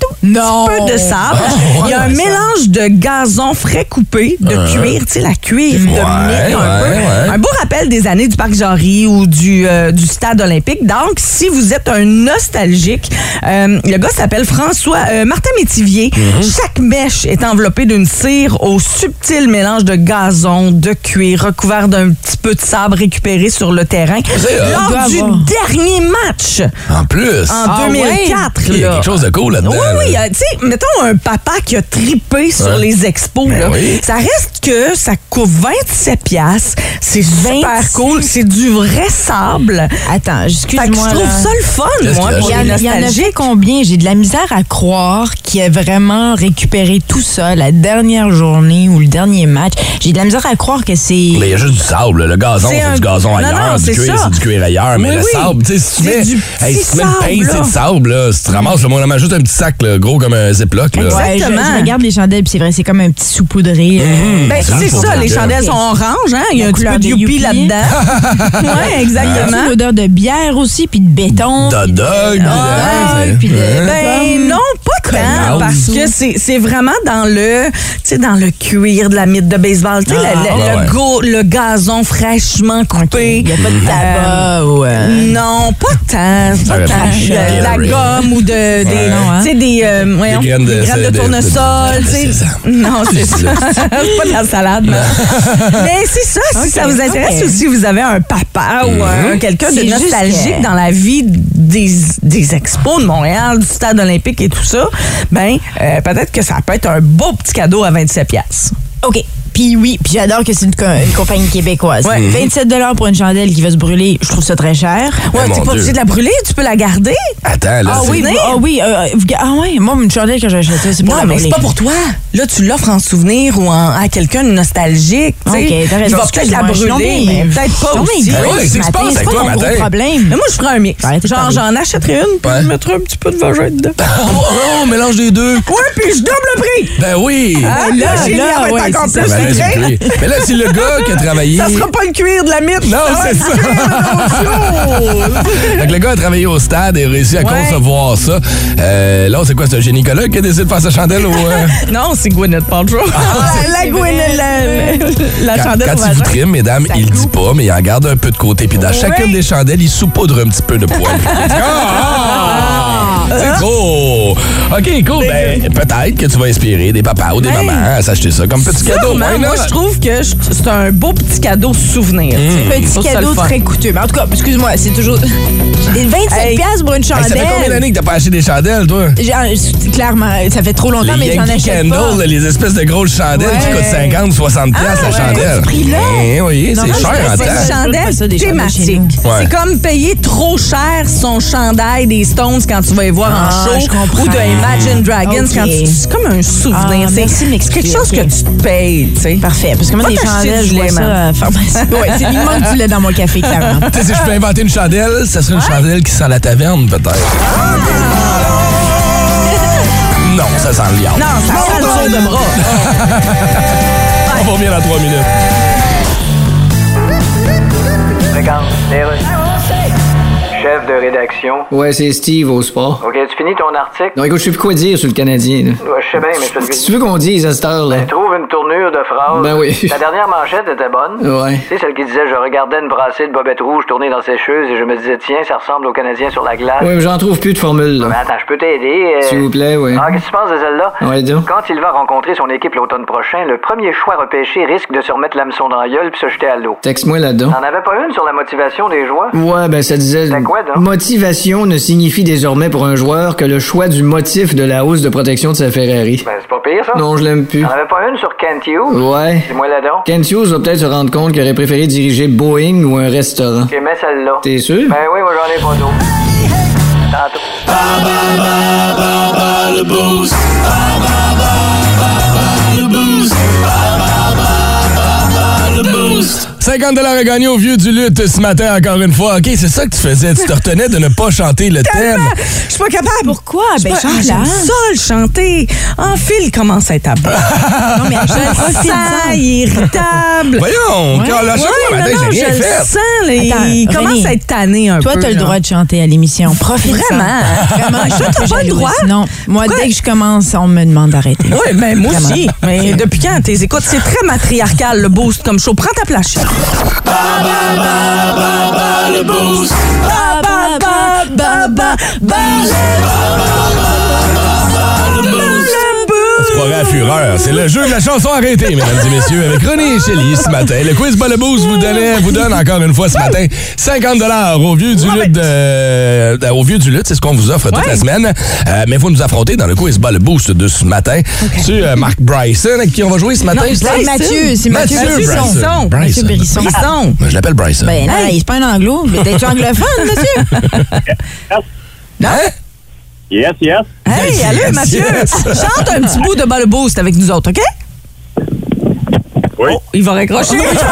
S4: tout
S5: Non.
S4: peu
S3: Oh.
S4: de sable.
S3: Ah,
S4: Il y a un mélange de gazon frais coupé, de cuir, tu sais, la cuir de mille
S3: Euh.
S4: un
S3: Ouais,
S4: peu.
S3: ouais, ouais.
S4: Un beau rappel des années du Parc Jarry ou du, euh, du Stade olympique. Donc, si vous êtes un nostalgique, euh, le gars s'appelle François euh, Martin Métivier.
S3: Mm-hmm.
S4: Chaque mèche est enveloppée d'une cire au subtil mélange de gazon, de cuir, recouvert d'un petit peu de sable récupéré sur le terrain.
S3: C'est, euh,
S4: Lors
S5: doit
S4: du
S5: avoir.
S4: dernier match
S3: En plus,
S4: en
S5: Ah
S4: 2004,
S3: il y a
S4: là.
S3: quelque chose de cool là-dedans.
S4: Oui, oui.
S3: là.
S4: euh, Tu sais, mettons un papa qui a tripé sur
S3: Ouais.
S4: les expos.
S3: Ben
S4: là.
S3: oui.
S4: Ça reste que ça coûte 27 piastres. C'est super
S5: 26.
S4: cool. C'est du vrai sable.
S5: Attends,
S4: Fait que je
S5: excuse-moi.
S4: trouve
S5: là.
S4: ça le fun,
S3: Qu'est-ce
S4: moi,
S3: qu'il
S4: pour
S5: Il y,
S4: les
S5: en, il y en
S4: nostalgiques.
S5: avait combien? J'ai de la misère à croire qu'il a vraiment récupéré tout ça la dernière journée ou le dernier match. J'ai de la misère à croire que c'est...
S3: Mais il y a juste du sable. là. Le gazon,
S4: C'est
S3: c'est
S4: un-
S3: du gazon
S4: Non,
S3: ailleurs.
S4: non,
S3: du
S4: c'est
S3: cuir,
S4: ça.
S3: c'est du cuir ailleurs. Mais
S4: Oui,
S3: le
S4: oui.
S3: sable, tu sais, si tu
S4: C'est
S3: mets.
S4: du
S3: hey,
S4: petit
S3: si tu mets une
S4: sable,
S3: pince, c'est
S4: là.
S3: du sable, là. Si tu ramasses, le moment, juste un petit sac, là, gros comme un ziploc, là.
S5: Ouais, je-
S4: Exactement.
S5: je, regarde les chandelles, puis c'est vrai, c'est comme un petit saupoudré. euh,
S4: Ben,
S3: Ça,
S4: c'est
S3: faut
S4: ça,
S3: dire
S4: les
S3: que-
S4: chandelles sont oranges, hein? Il y a
S5: La
S4: un petit
S5: couleur
S4: peu de
S5: de
S4: youpi
S5: youpi. Ah,
S4: là-dedans.
S3: [LAUGHS]
S4: oui,
S5: T'as-tu
S4: exactement.
S5: l'odeur de bière aussi, puis de béton.
S3: De
S5: puis de-
S3: dog,
S5: Ah,
S3: puis de-
S5: puis de-
S3: Hein?
S4: Ben non, pas tant,
S3: Connasse.
S4: parce que c'est c'est vraiment dans le, tu sais, dans le cuir de la mythe de baseball, tu sais,
S5: Ah.
S4: le, le-
S3: Ouais,
S4: le
S3: ouais.
S4: go- le gazon fraîchement coupé.
S5: Il n'y a pas de tabac ou... euh,
S4: Non, pas tant.
S3: Hein? Ça
S4: Pas
S3: aurait
S4: tant.
S3: pu
S4: De,
S3: chialer.
S4: de la gomme ou de, des,
S5: Non, hein?
S4: tu sais, des, euh, voyons,
S3: graines de-
S4: des
S3: de- de-
S4: tournesol.
S3: de-
S4: tu sais.
S3: de sésame.
S4: Non, c'est
S3: [LAUGHS]
S4: ça. C'est pas de la salade. mais- Mais c'est ça,
S5: Ok,
S4: si ça vous intéresse
S5: ok.
S4: ou si vous avez un papa ou
S3: Mm-hmm.
S4: un- quelqu'un de
S5: C'est juste
S4: nostalgique
S5: que-
S4: dans la vie des, des expos de Montréal, du stade olympique et tout ça, ben euh, peut-être que ça peut être un beau petit cadeau à 27 pièces.
S5: OK. Puis oui, puis j'adore que c'est une, co- une compagnie québécoise.
S4: Ouais.
S5: 27 pour une chandelle qui va se brûler, je trouve ça très cher.
S4: Ouais,
S3: Eh, mon
S4: t'es pas
S3: Dieu.
S4: obligé de la brûler, tu peux la garder.
S3: Attends, là.
S5: Ah
S3: c'est-
S5: oui,
S4: souvenir.
S5: ah oui, euh, euh, ah ouais, moi une chandelle que j'ai achetée, c'est pour
S4: Non,
S5: la
S4: mais c'est
S5: brûler.
S4: pas pour toi. Là, tu l'offres en souvenir ou en- à quelqu'un de nostalgique. tu sais.
S5: Ok, t'as raison.
S4: Il va peut-être la
S5: Excuse-moi, je suis
S4: brûler,
S5: non, mais-
S4: mais peut-être pas
S5: Non, mais
S4: aussi.
S5: grosse
S3: Ouais, qu'est-ce qui se
S5: matin,
S3: passe
S5: c'est
S3: avec
S5: pas
S3: toi,
S5: mon
S3: matin?
S5: gros problème.
S4: Mais moi, je ferais un mix.
S5: Arrêtez de
S4: Genre,
S5: parler.
S4: j'en achèterais une, puis
S3: Ouais.
S4: je mettrais un petit peu de vagin dedans. [LAUGHS]
S3: Oh, oh, mélange des deux.
S4: Ouais, puis je double le prix.
S3: Ben oui.
S4: Ah,
S5: là,
S4: là,
S5: là,
S4: là,
S5: ouais,
S4: encore
S5: c'est
S4: Ben, plus
S3: ça. connais du
S4: train.
S3: cuir. Mais là, c'est le gars qui a travaillé.
S4: Ça sera pas le cuir de la mythe.
S3: Non,
S4: va
S3: c'est
S4: être
S3: ça.
S4: le cuir de [LAUGHS] nos choses.
S3: Fait que le gars a travaillé au stade et a réussi à
S4: Ouais.
S3: concevoir ça. Euh, là, c'est quoi? C'est un gynécologue qui a décidé de faire sa chandelle au. euh,
S4: Non, c'est Gwyneth Paltrow. [LAUGHS] la
S5: c'est
S4: Gwyneth, la, la- la
S3: Quand,
S4: chandelle
S3: quand
S4: au
S3: il vous
S4: vagin.
S3: trime, mesdames, il le dit pas, mais il en garde un peu de côté. Puis dans chacune des chandelles, il saupoudre un petit peu de poil. Ah! C'est trop! OK, cool. Ben, peut-être que tu vas inspirer des papas ou des
S4: Ben,
S3: mamans à s'acheter ça comme petit cadeau.
S4: Sûrement,
S3: Why
S4: moi,
S3: not?
S4: je trouve que je- c'est un beau petit cadeau souvenir. tu sais. Je
S5: Petit
S4: trouve ça
S5: cadeau
S4: le fun.
S5: très coûteux. Mais en tout cas, excuse-moi, c'est toujours. 25
S4: Hey.
S5: piastres pour une
S3: Hey, ça fait combien
S5: chandelle.
S3: d'années que t'as pas acheté des chandelles, toi?
S5: J'en- je- clairement, ça fait trop longtemps,
S3: Les
S5: mais j'en
S3: Yankee
S5: achète pas.
S3: Candle, les espèces de grosses chandelles qui
S5: Ouais.
S3: coûtent 50, 60 piastres la chandelle.
S5: ce prix-là?
S3: Eh oui, c'est
S5: mais
S3: cher en
S5: c'est
S4: C'est
S5: cher. Je trouve
S4: une
S3: temps.
S5: ça des
S4: chandelle
S5: chandelles chez nous.
S4: thématique.
S3: Ouais.
S4: C'est comme payer trop cher son chandail des Stones quand tu vas les voir
S5: Ah,
S4: en
S5: je
S4: show
S5: comprends.
S4: ou de Imagine Dragons
S5: Ok.
S4: quand tu. C'est comme un
S5: Ah,
S4: souvenir. c'est
S5: merci de
S4: c'est
S5: m'expliquer,
S4: quelque chose
S5: ok.
S4: que tu te payes, tu sais.
S5: Parfait, parce que moi,
S4: Va
S5: des
S4: t'acheter
S5: chandelles,
S4: du
S5: je vois
S4: lait,
S5: ça
S4: maman.
S5: à la
S4: [LAUGHS]
S5: pharmacie. Oui, c'est il manque du lait dans mon café, clairement.
S3: Tu sais, si je peux inventer une chandelle, ça serait une chandelle qui sent la taverne, peut-être.
S4: Ah!
S3: Non, ça sent le liard.
S4: Non, Ah, ça sent
S5: euh,
S4: le tour de bras.
S3: On va revenir dans trois minutes.
S6: Chef de rédaction.
S7: Ouais, c'est Steve au sport.
S6: Ok, tu finis ton article?
S7: Non, écoute, je sais plus quoi dire sur le Canadien. là.
S6: Ouais, Je sais bien, mais je te le
S7: Qu'est-ce que
S6: dis.
S7: tu veux qu'on dise à cette heure-là?
S6: Trouve une tournure de phrase.
S7: Ben oui.
S6: La dernière manchette était bonne.
S7: Ouais.
S6: Tu sais, celle qui disait Je regardais une brassée de bobettes rouges tourner dans ses cheveux et je me disais Tiens, ça ressemble aux Canadiens sur la glace.
S7: Ouais, mais j'en trouve plus de formule,
S6: Mais
S7: là.
S6: attends, je peux t'aider. euh.
S7: S'il vous plaît, ouais.
S6: Ah, qu'est-ce que tu penses de celle-là?
S7: Ouais, donc.
S6: Quand il va rencontrer son équipe l'automne prochain, le premier choix repêché risque de se remettre l'hameçon dans la gueule puis se jeter à l'eau.
S7: Texte-moi là-dedans.
S6: T'en avais pas une sur la motivation des joueurs?
S7: Ouais, ben ça disait...
S6: C'était quoi, donc?
S7: Motivation ne signifie désormais pour un joueur que le choix du motif de la hausse de protection de sa Ferrari.
S6: Ben, c'est pas pire, ça.
S7: Non, je l'aime plus.
S6: T'en avais pas une sur Kent Hughes?
S7: Ouais.
S6: Dis-moi là donc.
S7: Kent Hughes va peut-être se rendre compte qu'il aurait préféré diriger Boeing ou un restaurant.
S6: Ok, mets celle-là.
S7: T'es sûr?
S6: Ben oui, moi j'en ai pas d'autres. Tantôt.
S1: Le boost.
S3: 50 à gagner au vieux du lutte ce matin, encore une fois. OK, c'est ça que tu faisais. Tu te retenais de ne pas chanter le thème.
S4: Je suis pas capable.
S5: Pourquoi? Ben,
S4: Ouais,
S5: change
S4: ah, J'aime ça, le chanter. En fil commence à être à
S5: [LAUGHS]
S4: bout.
S5: Non, mais
S4: Je
S5: profite-en.
S4: sens, il est irritable.
S3: Voyons,
S5: Ouais.
S3: quand la chanson
S4: Ouais,
S3: matin,
S4: non, non,
S3: j'ai rien
S4: je le
S3: fait.
S4: sens. là,
S5: Attends,
S4: il commence
S5: René,
S4: à être tanné un
S5: Toi,
S4: peu.
S5: t'as le
S4: là.
S5: droit de chanter à l'émission. Profite.
S4: Vraiment? hein?
S5: [LAUGHS] Vraiment.
S4: Toi, t'as pas le droit?
S5: Non. Moi,
S4: Pourquoi?
S5: dès que je commence, on me demande d'arrêter.
S4: Oui, mais moi
S5: Vraiment.
S4: aussi. Mais depuis quand tes écoutes? C'est très matriarcal, le boost comme show. Prends ta place. chérie. Ba, ba, ba, ba, ba, ba, le boost.
S3: Soirée à fureur. C'est le jeu de la chanson arrêtée, mesdames et messieurs, avec René et Shelley ce matin. Le quiz Balabous vous, donnait- vous donne encore une fois ce matin 50 au vieux du lutte. de- de- au vieux du lutte, c'est ce qu'on vous offre toute la semaine. Euh, mais il faut nous affronter dans le quiz Balabous de ce matin. Tu euh, Mark Bryson avec qui on va jouer ce matin.
S4: Non,
S5: C'est
S4: Bryson.
S5: Mathieu, c'est Mathieu,
S3: Mathieu
S5: Brisson.
S3: Bryson.
S5: Mathieu
S3: Bryson.
S5: Brisson.
S4: Brisson.
S3: Ben, je l'appelle Bryson.
S5: Ben là,
S4: Hey.
S5: il c'est pas un anglo. Mais t'es-tu anglophone, monsieur?
S3: Hein?
S8: Yes, yes.
S4: Hey, allô,
S3: Yes,
S4: Mathieu.
S3: yes.
S4: Chante un petit bout de bas le boost avec nous autres, OK?
S8: Oui.
S4: Oh, il va raccrocher. Je pensais qu'il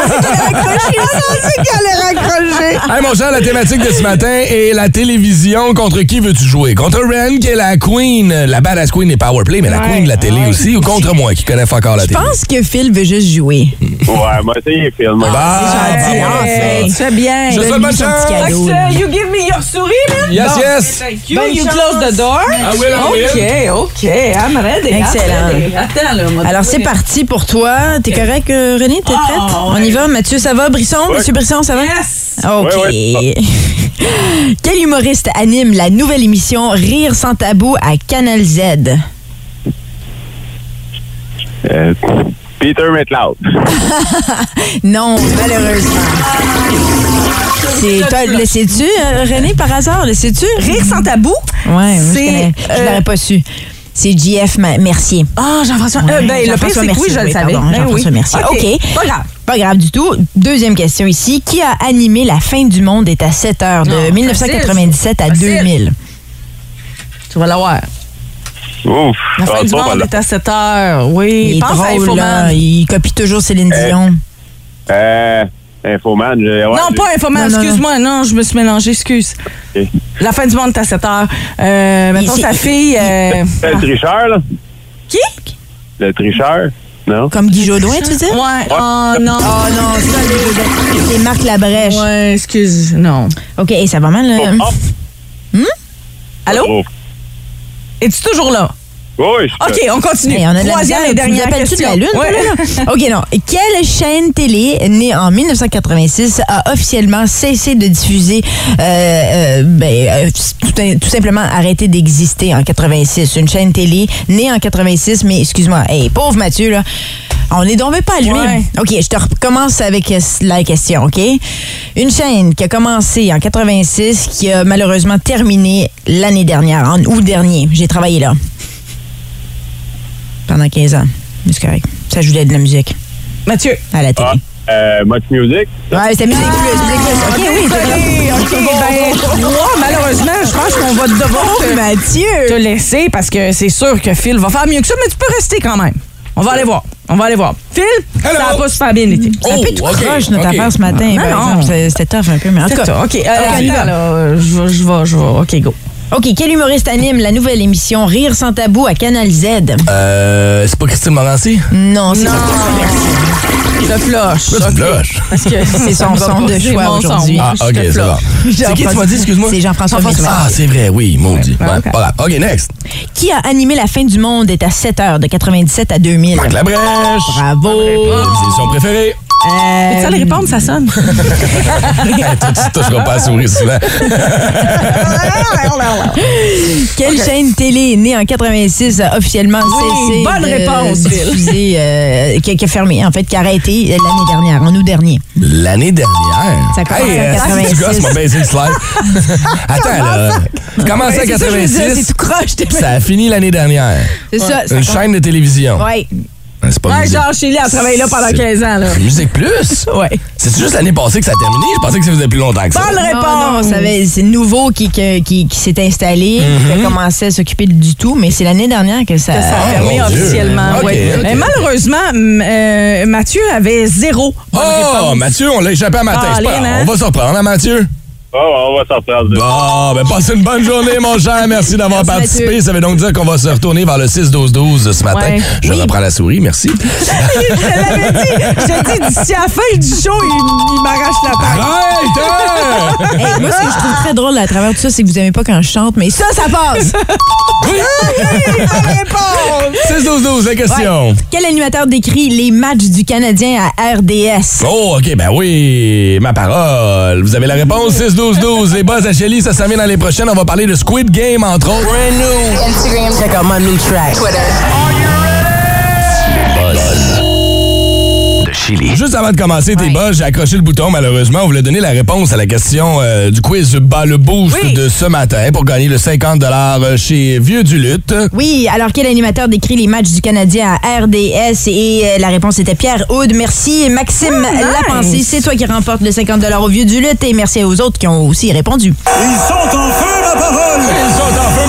S4: allait raccrocher. Je pensais qu'il allait raccrocher.
S3: Hey, mon cher, la thématique de ce matin est la télévision. Contre qui veux-tu jouer? Contre Ren, qui est la queen, la badass queen des Powerplay, mais la queen de la télé
S5: Ah
S3: aussi, ou contre moi, qui connais encore la
S5: Je
S3: télé?
S5: pense que Phil veut juste jouer.
S8: Ouais, moi, c'est film.
S4: Ah,
S3: Bah,
S5: gentil,
S3: bah,
S5: hein,
S3: bah,
S5: c'est-
S3: ça.
S4: C'est ben, bien.
S3: Je te souhaite
S5: Donne-lui
S3: bonne
S5: son
S3: chance.
S5: petit cadeau.
S4: Axel, you give me your souris, man.
S3: Yes, yes.
S4: Thank Ben, you. you close the door.
S3: I will, I will.
S4: OK, OK. I'm ready.
S5: Excellent.
S4: I'm ready. Attends, là. on va
S5: Alors, c'est
S4: trouver-
S5: parti pour toi. T'es correct, euh, René? T'es
S4: Ah,
S5: prête? On y va. Mathieu, ça va? Brisson? Monsieur Brisson, ça va?
S4: Yes.
S5: OK.
S8: Ouais,
S5: [LAUGHS] Quel humoriste anime la nouvelle émission Rire sans tabou à Canal Z?
S8: Euh, Peter McLeod.
S5: [LAUGHS] Non, malheureusement. C'est, t'as- le sais-tu, euh, René, par hasard? Le sais-tu?
S4: Rire sans tabou.
S5: Ouais, moi, je
S4: C'est,
S5: connais. Je
S4: euh,
S5: l'aurais pas su. C'est JF Ma- Mercier.
S4: Ah, Jean-François.
S5: Ouais,
S4: euh, ben, le pire,
S5: Jean-François
S4: c'est que oui,
S5: Mercier,
S4: je le
S5: oui,
S4: savais.
S5: pardon, hein,
S4: Ben
S5: Jean-François
S4: oui.
S5: Mercier. OK.
S4: Pas grave.
S5: Pas grave du tout. Deuxième question ici. Qui a animé La fin du monde est à 7 heures de
S4: Non,
S5: 1997 à
S4: facile.
S5: 2000?
S4: Tu vas l'avoir.
S8: Ouf.
S4: La fin
S8: Ah,
S4: du
S8: pas
S4: monde
S8: mal.
S4: est à 7 heures. Oui,
S5: Il est
S4: pense à
S5: drôle, là.
S4: Infoman.
S5: Il copie toujours Céline Dion.
S8: Euh, Infoman. je- ouais,
S4: Non,
S8: je-
S4: pas Infoman,
S5: Non, non, non.
S4: excuse-moi. Non, je me suis mélangée, excuse.
S8: Ok.
S4: La fin du monde est à 7 heures. Euh, mettons,
S5: Il-
S4: sa fille... euh,
S8: Le tricheur, là.
S4: Qui?
S8: Le tricheur. Non?
S5: Comme Guy Jodoin, tu dis?
S4: Ouais. Oh non.
S5: Oh non, ça, Guy Jodoin. C'est Marc Labrèche.
S4: Ouais, excuse. Non.
S5: OK, hey, ça va mal. hein? là.
S8: Oh,
S4: Allô?
S8: oh.
S4: Es-tu toujours là?
S8: Oui, je-
S4: OK, on continue.
S5: Hey, on a de la
S4: Troisième
S5: misère,
S4: et
S5: tu nous
S4: dernière
S5: appelles-tu de
S4: question.
S5: la Lune,
S4: Ouais.
S5: toi,
S4: [LAUGHS]
S5: là? OK, non. Quelle chaîne télé, née en 1986, a officiellement cessé de diffuser, euh, euh, ben, euh, tout, tout simplement arrêté d'exister en 86? Une chaîne télé née en 86, mais excuse-moi, hey, pauvre Mathieu, là, on est tombé pas lui.
S4: Ouais.
S5: OK, je te recommence avec euh, la question, OK? Une chaîne qui a commencé en 86, qui a malheureusement terminé l'année dernière, en août dernier. J'ai travaillé là pendant 15 ans. Mais C'est correct. Ça jouait de la musique
S4: Mathieu.
S5: à la télé.
S8: Ah, euh, Much Music?
S5: Ah. Ouais, c'était musique plus, musique plus. OK, oui,
S4: Désolé. OK, ben, moi, malheureusement, je pense qu'on va devoir
S5: Oh,
S4: te, te
S5: Mathieu!
S4: laisser parce que c'est sûr que Phil va faire mieux que ça, mais tu peux rester quand même. On va aller voir. On va aller voir. Phil,
S3: Hello.
S4: ça va pas super bien l'été.
S5: C'est un peu
S3: Oh,
S5: tout
S3: ok,
S5: croche, notre
S3: ok.
S5: affaire ce matin,
S4: Non,
S5: par
S4: non.
S5: exemple. C'est- C'était tough un peu, mais en tout
S4: C'est
S5: cas.
S4: ça, OK. Euh, attends, là, euh, je vais, je vais, je vais. OK, go.
S5: OK, quel humoriste anime la nouvelle émission Rire sans tabou à Canal Z?
S3: Euh, c'est pas Christine Morancy?
S5: Non, c'est pas-
S4: Le flush.
S3: Ça, c'est une blush.
S4: Parce que
S5: c'est [LAUGHS] son son de
S4: C'est
S5: choix
S4: mon son.
S5: aujourd'hui.
S3: Ah, ok, c'est bon. C'est qui tu m'as dit, excuse-moi?
S5: C'est Jean-François Mitterrand.
S3: Ah, c'est vrai, oui, maudit.
S4: Ouais,
S3: Ouais,
S4: ok.
S3: pas grave. OK, next.
S5: Qui a animé La fin du monde est à 7 heures de 97 à 2000?
S3: Marc Labrèche.
S5: Bravo!
S3: C'est son
S5: [LAUGHS]
S3: préféré.
S4: Tu
S5: Euh,
S4: sais, les répondre, ça [LAUGHS] sonne.
S3: Toi, tu toucheras pas à sourire souvent.
S4: Ah,
S5: Quelle chaîne télé née en 86 a officiellement cessé
S4: bonne
S5: de
S4: réponse, Phil.
S5: diffuser, euh, qui, qui a fermé, en fait, qui a arrêté l'année dernière, en août dernier.
S3: L'année dernière.
S5: Ça commence en
S3: euh, si tu
S5: 86.
S3: gosses, m'a baisé le slide. Attends, là. Commence à
S5: C'est ça, je veux dire,
S3: 86.
S5: C'est tout croche, t'es-
S3: puis Ça a fini l'année dernière.
S5: C'est ça. ça
S3: Une
S5: compte.
S3: chaîne de télévision. Hein,
S5: Ouais.
S3: C'est pas
S4: Ouais,
S3: musique.
S4: genre, Chélie a travaillé là pendant
S3: C'est-
S4: 15 ans. Là.
S3: Musique Plus?
S5: Ouais.
S3: C'est juste l'année passée que ça a terminé? Je pensais que ça faisait plus longtemps que ça.
S4: Bonne
S5: Non, non,
S4: réponse.
S5: ça avait- c'est nouveau qui, que- qui, qui s'est installé, qui a commencé à s'occuper du tout, mais c'est l'année dernière que Mhm. ça.
S4: Ça a fermé
S3: Ah, mon Dieu.
S4: officiellement.
S3: Ok,
S4: ouais.
S3: ok.
S4: Mais malheureusement, m- euh, Mathieu avait zéro. bonne
S3: Oh,
S4: réponse.
S3: Mathieu, on l'a échappé à matin. C'est pas grave.
S4: Colin, hein?
S3: On va se reprendre, hein, Mathieu?
S8: Oh, on va s'en prendre. deux.
S3: Bon, ben passez une bonne journée, mon cher. Merci d'avoir
S5: Merci,
S3: participé.
S5: Mathieu.
S3: Ça veut donc dire qu'on va se retourner vers le 6-12-12 ce matin.
S4: Ouais.
S3: Je reprends la souris, merci.
S4: Je te l'avais dit. Je te dis, d'ici à la fin du show, il, il m'arrache la
S3: Ah.
S4: patte.
S3: Arrête! hein!
S5: Hey, moi, ce que je trouve très drôle à travers tout ça, c'est que vous aimez pas quand je chante, mais ça, ça passe!
S3: [LAUGHS] Oui!
S4: Ah,
S3: 6-12-12, la question.
S5: Quel animateur décrit les matchs du Canadien à RDS?
S3: Oh, OK, ben oui, ma parole. Vous avez la réponse, 6-12-12. Les buzz à Shelly, ça s'en vient dans les prochaines. On va parler de Squid Game, entre autres.
S1: de Chili.
S3: Juste avant de commencer tes
S5: Ouais.
S3: buzz, j'ai accroché le bouton, malheureusement. On voulait donner la réponse à la question euh, du quiz Bas le Boost
S4: Oui.
S3: de ce matin pour gagner le 50 chez Vieux du Lutte.
S5: Oui, alors quel animateur décrit les matchs du Canadien à RDS? Et euh, la réponse était Pierre Aude. Merci Maxime
S4: Ah, nice.
S5: Lapensée. C'est toi qui remporte le 50 au vieux du lutte et merci aux autres qui ont aussi répondu.
S3: Ils sont en feu, ma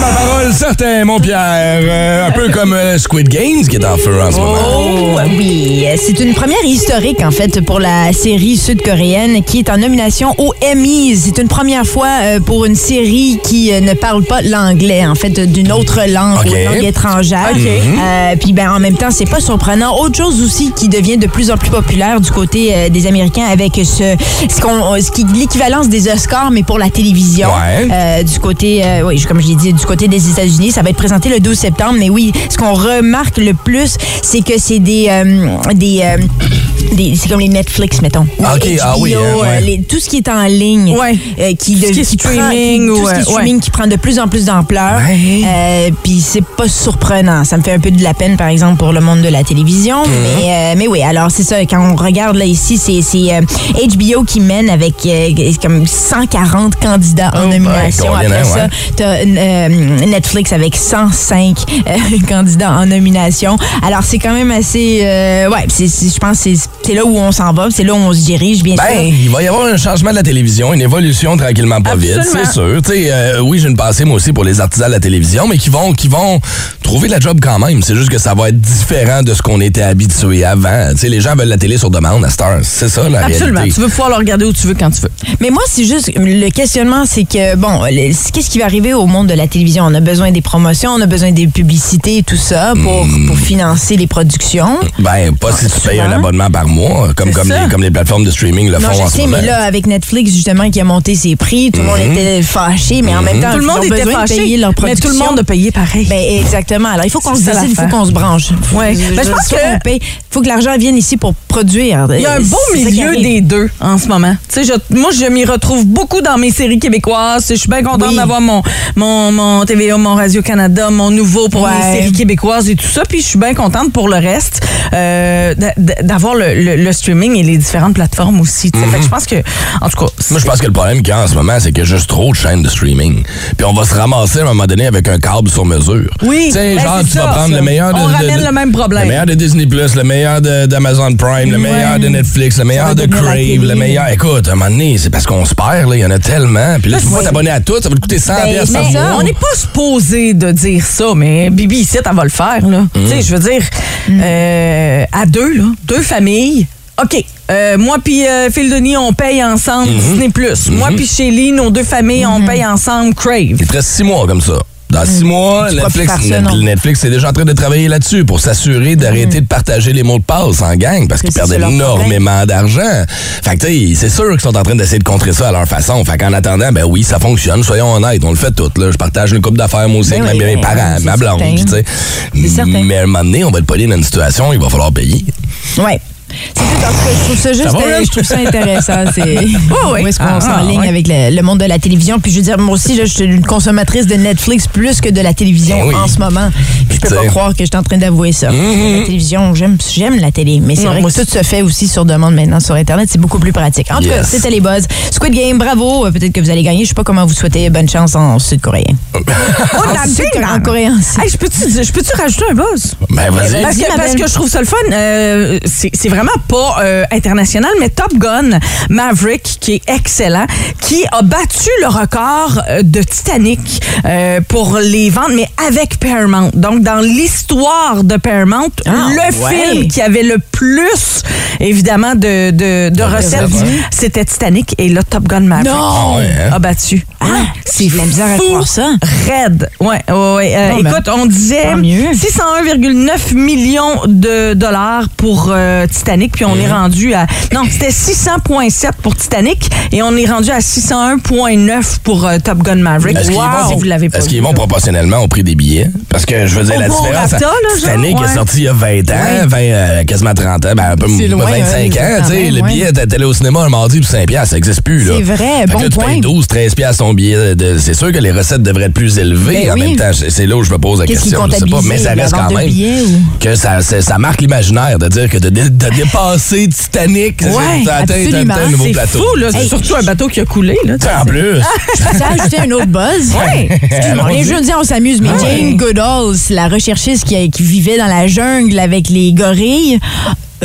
S3: parole, certains, mon Pierre. Euh, un peu comme euh, Squid Games qui est en feu en ce moment.
S4: Oh,
S5: Oui, euh, c'est une première historique en fait pour la série sud-coréenne qui est en nomination aux Emmys. C'est une première fois euh, pour une série qui euh, ne parle pas l'anglais, en fait d'une autre langue,
S3: Ok.
S5: ou une langue étrangère. Euh, Puis ben en même temps, c'est pas surprenant. Autre chose aussi qui devient de plus en plus populaire du côté euh, des Américains avec ce, ce qu'on, euh, ce qui est l'équivalence des Oscars mais pour la télévision.
S3: Ouais.
S5: Euh, du côté, euh, oui, comme je l'ai dit, du côté des États-Unis. Ça va être présenté le 12 septembre. Mais oui, ce qu'on remarque le plus, c'est que c'est des. euh, des euh, des- c'est comme les Netflix, mettons. Ou
S3: Ok, ah oui, hein,
S5: euh,
S3: ouais.
S5: les- tout ce qui est en ligne.
S4: Ouais.
S5: euh, qui,
S4: Tout ce qui est
S5: prend-
S4: streaming
S5: qui-
S4: ou,
S5: tout ce qui est
S4: euh,
S5: streaming qui prend de plus en plus d'ampleur.
S3: Ouais.
S5: Euh, Puis c'est pas surprenant. Ça me fait un peu de la peine, par exemple, pour le monde de la télévision. mais, euh, mais oui, alors c'est ça. Quand on regarde là ici, c'est c'est, euh, HBO qui mène avec euh, comme 140 candidats
S4: Oh
S5: en nomination.
S3: combien,
S5: Après
S3: hein,
S5: ça,
S3: ouais.
S5: t'as euh, Netflix avec 105 [LAUGHS] euh, candidats en nomination. Alors c'est quand même assez. euh, ouais, c'est- c'est- je pense que c'est C'est là où on s'en va, c'est là où on se dirige, bien
S3: Ben,
S5: sûr.
S3: il va y avoir un changement de la télévision, une évolution tranquillement pas vite,
S4: Absolument.
S3: c'est sûr. Tu sais, euh, oui, j'ai une pensée moi aussi pour les artisans de la télévision, mais qui vont, qui vont trouver la job quand même. C'est juste que ça va être différent de ce qu'on était habitué avant. Tu sais, les gens veulent la télé sur demande à cette heure. C'est ça la
S4: Absolument.
S3: réalité.
S4: Tu veux pouvoir le regarder où tu veux, quand tu veux.
S5: Mais moi, c'est juste le questionnement, c'est que bon, le- c- qu'est-ce qui va arriver au monde de la télévision On a besoin des promotions, on a besoin des publicités, et tout ça pour
S4: Hmm.
S5: pour financer les productions.
S3: Ben, pas si tu payes un
S5: souvent.
S3: abonnement par mois, comme,
S5: C'est
S3: comme,
S5: ça.
S3: les, comme les plateformes de streaming le
S5: non,
S3: font en
S5: je
S3: ce
S5: sais,
S3: moment.
S5: mais là, avec Netflix, justement, qui a monté ses prix, tout le monde était fâché, mais en même temps,
S4: Tout le
S5: ils
S4: monde
S5: ont
S4: était
S5: besoin de
S4: fâché,
S5: payer leur
S4: mais tout le
S5: production.
S4: monde a payé pareil.
S5: Ben, exactement. Alors, il faut qu'on se
S4: C'est ça
S5: décide, il faut
S4: l'affaire.
S5: qu'on se branche.
S4: Ouais. Ben, je pense
S5: faut
S4: que-
S5: qu'on paye. faut que l'argent vienne ici pour produire.
S4: Il y a un beau milieu des deux en ce moment. Tu sais, je- moi, je m'y retrouve beaucoup dans mes séries québécoises. Je suis bien contente
S5: Oui.
S4: d'avoir mon, mon, mon TVA, mon Radio-Canada, mon nouveau pour
S5: Ouais.
S4: mes séries québécoises et tout ça. Puis je suis bien contente pour le reste euh, d'a- d'a- d'avoir le, le- le streaming et les différentes plateformes aussi. tu sais. Fait que je pense que, en tout cas,
S3: Moi, je pense que le problème qu'il y a en ce moment, c'est qu'il y a juste trop de chaînes de streaming. Puis on va se ramasser à un moment donné avec un câble sur mesure.
S4: Oui,
S3: Tu sais,
S4: ben,
S3: genre,
S4: c'est
S3: tu vas
S4: ça,
S3: prendre
S4: ça.
S3: le meilleur de.
S4: On
S3: de-
S4: ramène
S3: de-
S4: le même problème.
S3: Le meilleur de Disney, le meilleur de- d'Amazon Prime, le meilleur de Netflix, le meilleur
S5: va
S3: de
S5: devenir la
S3: Crave,
S5: télé.
S3: le meilleur. Écoute, à un moment donné, c'est parce qu'on se perd, là. Il y en a tellement. Puis là, tu peux pas t'abonner à tout, ça va te coûter 100 pièces par
S5: mais ça,
S3: mois.
S4: Ben, On n'est pas supposé de dire ça, mais Bibi ici, elle va le faire. là. Tu sais, je veux dire, euh, à deux, là, deux familles. OK, euh, moi puis euh, Phil Denis, on paye ensemble Disney+. Moi puis Shelly, nos deux familles, on paye ensemble Crave.
S3: Il te reste six mois comme ça. Dans six mois,
S5: Mm. pourras plus
S3: Netflix,
S5: faire ça,
S3: Net-
S5: non. Mm.
S3: Netflix est déjà en train de travailler là-dessus pour s'assurer d'arrêter de partager les mots de passe en gang parce qu'ils
S5: c'est
S3: perdent
S5: leur
S3: énormément d'argent. Fait que, tu sais, c'est sûr qu'ils sont en train d'essayer de contrer ça à leur façon. Fait qu'en attendant, ben oui, ça fonctionne. Soyons honnêtes, on le fait tout. Là. Je partage une coupe d'affaires, moi aussi,
S5: Ben
S3: avec
S5: oui,
S3: mes
S5: ben,
S3: parents,
S5: c'est
S3: ma blonde.
S5: certain.
S3: puis tu sais.
S5: C'est certain.
S3: Mais à un moment donné, on va être pogné dans une situation, il va falloir payer.
S5: Ouais. C'est tout. En tout cas, je trouve ça juste,
S3: va,
S5: euh,
S3: Ren?
S5: je trouve ça intéressant.
S3: [LAUGHS]
S5: C'est
S4: Oh, oui.
S5: où est-ce qu'on
S4: Ah,
S5: s'enligne
S4: ouais.
S5: avec le, le monde de la télévision. Puis je veux dire, moi aussi, je, je suis une consommatrice de Netflix plus que de la télévision
S3: Ben oui.
S5: en ce moment. Puis je peux
S3: T'sais.
S5: pas croire que je suis en train d'avouer ça.
S3: Mm-hmm.
S5: La télévision, j'aime, j'aime la télé, mais c'est
S4: Non,
S5: vrai
S4: moi
S5: que tout se fait aussi sur demande maintenant sur Internet. C'est beaucoup plus pratique. En tout cas,
S3: Yes.
S5: c'était les buzz. Squid Game, bravo. Euh, Peut-être que vous allez gagner. Je sais pas comment vous souhaitez bonne chance en sud-coréen.
S4: Oh, la
S5: En sud-
S4: belle-
S5: en coréen, Ah, c'est-
S4: Hey, je peux-tu je peux rajouter un buzz?
S3: Ben vas-y.
S4: Parce
S5: Vas-y,
S4: que,
S5: ma
S4: parce
S5: belle.
S4: que je trouve ça le fun. euh, c'est c'est vraiment pas euh, international, mais Top Gun Maverick, qui est excellent, qui a battu le record euh, de Titanic euh, pour les ventes, mais avec Paramount. Donc, dans l'histoire de Paramount,
S5: Ah,
S4: le
S5: ouais.
S4: film qui avait le plus, évidemment, de, de, de recettes,
S3: recettes.
S4: c'était Titanic. Et là, Top Gun Maverick
S5: Non!
S4: a battu. Ah,
S5: j'ai de la misère à
S4: fou
S5: croire ça.
S4: Raide. Ouais, ouais, ouais. Euh,
S3: ben,
S5: Non, mais-
S4: écoute, on disait
S5: Tant mieux.
S4: 601,9 millions de dollars pour euh, Titanic, puis on est
S3: Hein?
S4: rendu à. Non, c'était 600,7 pour Titanic, et on est rendu à 601,9 pour euh, Top Gun Maverick.
S3: Est-ce qu'ils
S4: Wow! Si vous
S3: vont,
S4: l'avez pas
S3: est-ce qu'ils
S4: vu,
S3: vont
S4: là.
S3: proportionnellement au prix des billets? Parce que je veux dire,
S4: Au
S3: la
S4: bon
S3: différence.
S4: rata, là,
S3: Titanic
S4: genre, ouais.
S3: est sorti il y a 20 ans, 20, euh, quasiment 30 ans, ben un peu
S5: C'est
S3: moins,
S5: loin, hein,
S3: 25 ans.
S5: quand
S3: tu sais,
S5: même,
S3: le
S5: ouais.
S3: billet, t'es allé au cinéma un mardi pour 5$, piastres, ça n'existe plus. là.
S5: C'est vrai,
S3: Fait que
S5: bon
S3: là, tu payes
S5: point.
S3: 12, 13$ piastres ton billet. de- c'est sûr que les recettes devraient être plus élevées.
S5: Ben
S3: en
S5: oui.
S3: même temps, c'est c'est là où je me pose la
S5: Qu'est-ce qu'ils
S3: question. Je sais pas, mais ça
S5: comptabilisaient,
S3: reste
S5: la
S3: quand
S5: vente de
S3: même
S5: billets ou-
S3: que ça, c'est- ça marque l'imaginaire de dire que de, dé- de dépasser Titanic, ça
S5: Ouais,
S3: ça atteint un
S5: absolument.
S3: tel nouveau
S4: C'est
S3: plateau.
S4: fou, là. C'est
S5: Hey.
S4: surtout Ah, un bateau qui a coulé, là.
S3: En plus.
S5: Ça a ajouté un autre buzz.
S3: Ouais.
S5: Excuse-moi. Les jeunes disent on s'amuse, mais Jane Goodall, c'est la recherchiste qui, a- qui vivait dans la jungle avec les gorilles.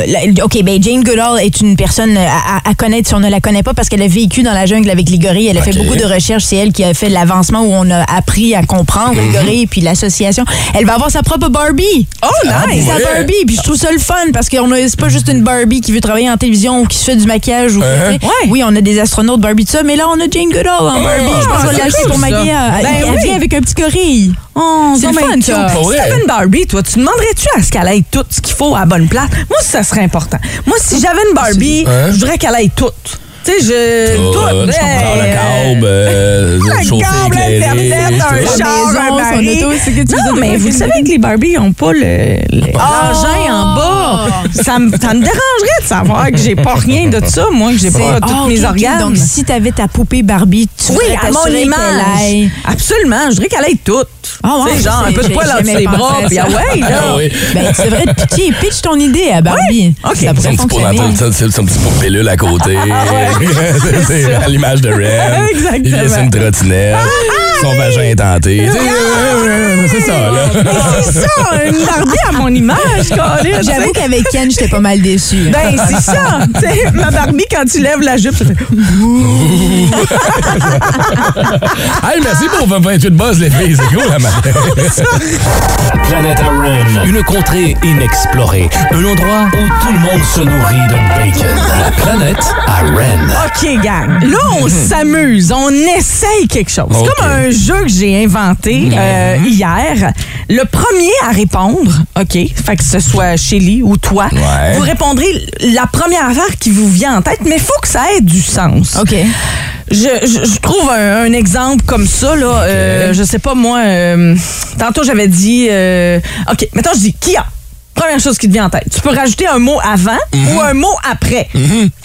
S5: euh, la- OK, ben Jane Goodall est une personne à, à- à connaître si on ne la connaît pas parce qu'elle a vécu dans la jungle avec les gorilles. Elle a fait
S3: OK.
S5: beaucoup de recherches. C'est elle qui a fait l'avancement où on a appris à comprendre les
S3: Mm-hmm.
S5: gorilles puis l'association. Elle va avoir sa propre Barbie. Ah,
S4: Oh, nice!
S5: sa
S3: ouais.
S5: Barbie. Puis je trouve ça le fun parce que c'est pas juste une Barbie qui veut travailler en télévision ou qui se fait du maquillage. Ou,
S3: Uh-huh.
S5: tu sais.
S4: Ouais.
S5: Oui, on a des astronautes Barbie, tout ça, mais là, on a Jane Goodall
S3: Ah,
S5: en Barbie. je pense qu'on
S4: c'est
S5: l'a acheté
S4: cool,
S5: pour
S4: ça.
S5: maquiller. euh,
S4: Ben
S5: elle
S4: oui.
S5: vient avec un petit gorille.
S4: Oh,
S5: C'est
S4: non,
S5: le
S4: mais
S5: fun,
S4: cute.
S5: ça.
S4: Si
S3: Ouais.
S4: t'avais une Barbie, toi, tu demanderais-tu à ce qu'elle aille tout ce qu'il faut à la bonne place? Moi, ça serait important. Moi, si j'avais une Barbie,
S3: Hein?
S4: je voudrais qu'elle aille toute. Tu sais, je.
S3: Tout,
S4: toute.
S3: Oh, je comprends,
S4: hey,
S3: le câble, euh,
S4: la
S3: chauffé,
S4: câble, Internet,
S3: éclairé, tout
S4: un
S5: La
S3: ça.
S4: char,
S5: maison,
S4: un
S5: son
S4: mari.
S5: auto, c'est que tu
S4: Non,
S5: veux
S4: mais
S5: dire,
S4: vous
S5: c'est
S4: savez que les Barbies n'ont pas le- le- l'engin
S5: Oh!
S4: en bas. Ça me ça me dérangerait de savoir que j'ai pas rien de ça, moi, que j'ai pas
S5: Ah,
S4: tous
S5: ok,
S4: mes
S5: ok.
S4: organes.
S5: Donc, si t'avais ta poupée Barbie, tu
S4: Oui,
S5: voudrais
S4: à mon
S5: t'assurer
S4: image.
S5: qu'elle aille-
S4: Absolument, je voudrais qu'elle aille toute.
S5: Ah ouais,
S4: Tu sais, genre un
S5: c'est-
S4: peu de
S5: j'ai-
S4: poil
S5: j'ai
S4: entre
S5: jamais
S4: ses bras,
S5: pensé à
S4: puis ah
S5: ça. [LAUGHS]
S4: ouais, là.
S3: Ah oui.
S5: Ben, c'est
S4: [LAUGHS]
S5: vrai, pitié, pitch ton idée à Barbie.
S4: Ouais. Ok.
S5: Ça
S3: Son
S5: pourrait
S3: petit pot dans
S5: fonctionner.
S3: le- son- son- son petit pot de pilule à
S4: Ah
S3: côté. [LAUGHS] C'est à l'image de Ren.
S4: [LAUGHS] Exactement. Ah,
S3: Il laisse une trottinette. son vagin intenté. Tu sais, euh,
S5: Ben,
S3: C'est ça, là.
S4: [LAUGHS] Mais ben, c'est ça, une dardée à mon image, Colin. tu sais.
S5: J'avoue qu'avec Ken, j'étais pas mal déçue.
S4: Ben, c'est ça. Tu sais, ma Barbie, quand tu lèves la jupe, ça fait. Ah!
S3: Hey, merci pour vos 28 buzz, les filles. C'est cool, hein, la matin.
S1: La planète Aren, [LAUGHS] une contrée inexplorée, un endroit où tout le monde se nourrit de bacon. La planète Aren.
S4: OK, gang. Là,
S3: [LAUGHS]
S4: on s'amuse, on essaye quelque chose. C'est
S3: OK.
S4: comme un jeu que j'ai inventé euh, hier. Le premier à répondre, OK, fait que ce soit Shelly ou toi,
S3: Ouais.
S4: vous répondrez la première affaire qui vous vient en tête, mais faut que ça ait du sens.
S5: OK.
S4: Je, je- je trouve un, un exemple comme ça, là. euh, je sais pas, moi. euh, tantôt, j'avais dit. euh, OK, maintenant, je dis Kia. Première chose qui te vient en tête. Tu peux rajouter un mot avant ou un mot après.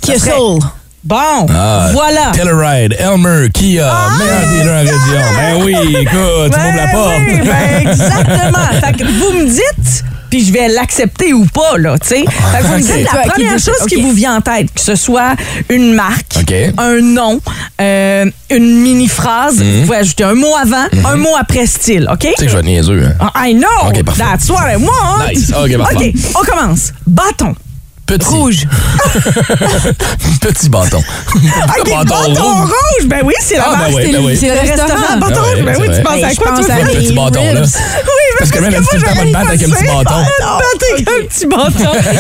S5: Kia
S4: serait-
S5: Soul.
S4: Bon,
S3: Ah,
S4: voilà.
S3: Telluride, Elmer, Kia,
S4: Ah!
S3: meilleur dealer en région. Ben oui, écoute, tu
S4: Ben
S3: m'ouvres la porte.
S4: oui, ben exactement.
S3: [LAUGHS]
S4: Fait que vous me dites, puis je vais l'accepter ou pas, là, tu sais. Fait que vous me
S3: Ah, Ok.
S4: dites la
S5: Toi, qui
S4: première
S5: dit-
S4: chose qui
S5: ok.
S4: vous vient en tête, que ce soit une marque,
S3: Ok.
S4: un nom, euh, une mini-phrase. Vous pouvez ajouter un mot avant, un mot après style, OK?
S3: Mhm. Tu sais que je vais être niaiseux. hein.
S4: I know!
S3: Ok, parfait.
S4: That's what I want!
S3: Nice. Ok, parfait.
S4: OK, on commence. Bâton.
S3: Petit. Rouge. [LAUGHS] Petit bâton.
S4: Ah, OK, bâton, rouge. Ben oui, c'est la
S3: Ah, ben
S4: marque.
S3: oui,
S4: c'est
S3: ben
S4: le-
S3: oui.
S4: c'est le restaurant. Bâton
S3: Ah,
S4: rouge.
S3: ouais,
S4: Ben
S3: c'est
S4: oui,
S3: vrai.
S4: tu penses à
S5: Je
S4: quoi,
S5: pense
S4: toi?
S5: à
S4: Phil?
S5: des
S3: Petit bâton, là.
S5: ribs.
S4: Oui,
S3: Parce que même, elle dit tout le temps,
S4: j'aurais
S3: va te battre avec un
S4: passé.
S3: petit bâton.
S4: Ah, battre avec un petit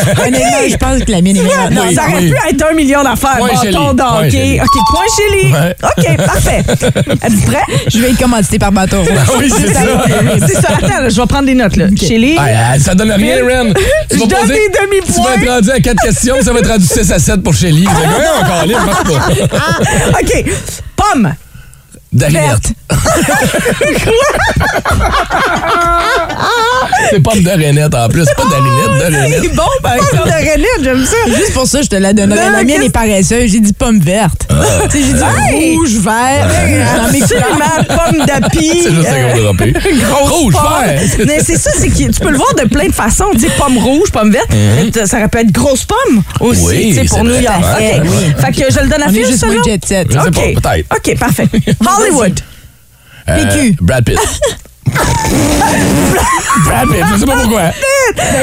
S5: [LAUGHS]
S4: bâton.
S5: Honnêtement, je pense que la mienne est meilleure.
S4: Non,
S3: Oui,
S4: ça aurait
S3: oui.
S4: pu être un million d'affaires.
S3: Point chez
S4: Bâton
S3: lui. Point
S4: d'hockey.
S3: chez lui.
S4: OK, point chez lui.
S3: Ouais.
S4: OK,
S3: [LAUGHS]
S4: parfait. Êtes-vous prêt?
S5: Je vais être commandité par Bateau Rouge.
S3: Ah Oui,
S4: [LAUGHS]
S3: c'est ça.
S4: C'est ça. Attends, là, je vais prendre des notes. Là. Chez lui.
S3: Hey, hey, Ah, ça donne rien, Ren. Tu
S4: Je
S3: vas
S4: donne
S3: poser-
S4: des
S3: Tu vas
S4: demi-points.
S3: être rendu à 4 questions, ça va être rendu 6 à 7 pour Shelly. Vous êtes comme, encore libre, marche pas.
S4: OK. Pomme.
S3: Darinette. C'est pas de Darinette en plus, c'est pas Darinette,
S4: Ah,
S3: Darinette.
S4: C'est bon, ben, pomme de renette, j'aime ça.
S5: Juste pour ça, je te la donnerais.
S4: Non,
S5: La mienne
S4: qu'est-ce-
S5: est paresseuse. J'ai dit pomme verte.
S3: Ah.
S5: Tu sais, J'ai dit
S4: Hey!
S5: rouge, vert. dans mes couleurs.
S4: Absolument, pomme d'api.
S3: [LAUGHS] C'est juste un gros droppé. Rouge, vert.
S4: Mais c'est ça, c'est que tu peux le voir de plein de façons. Tu sais, pomme rouge, pomme verte, mais t- ça peut être grosse pomme aussi,
S3: Hein? Oui,
S4: tu sais,
S3: c'est
S4: pour New
S3: vrai.
S4: York.
S3: Ouais,
S4: Ok. Fait que je le donne à
S5: On est
S4: Phil,
S5: juste
S4: ça,
S5: moins
S4: là?
S5: jet set.
S3: Je sais pas,
S4: Ok.
S3: peut-être.
S4: OK,
S5: [LAUGHS]
S4: parfait. Hollywood.
S3: Euh,
S5: PQ.
S3: Brad Pitt. Brad Pitt, je sais pas pourquoi.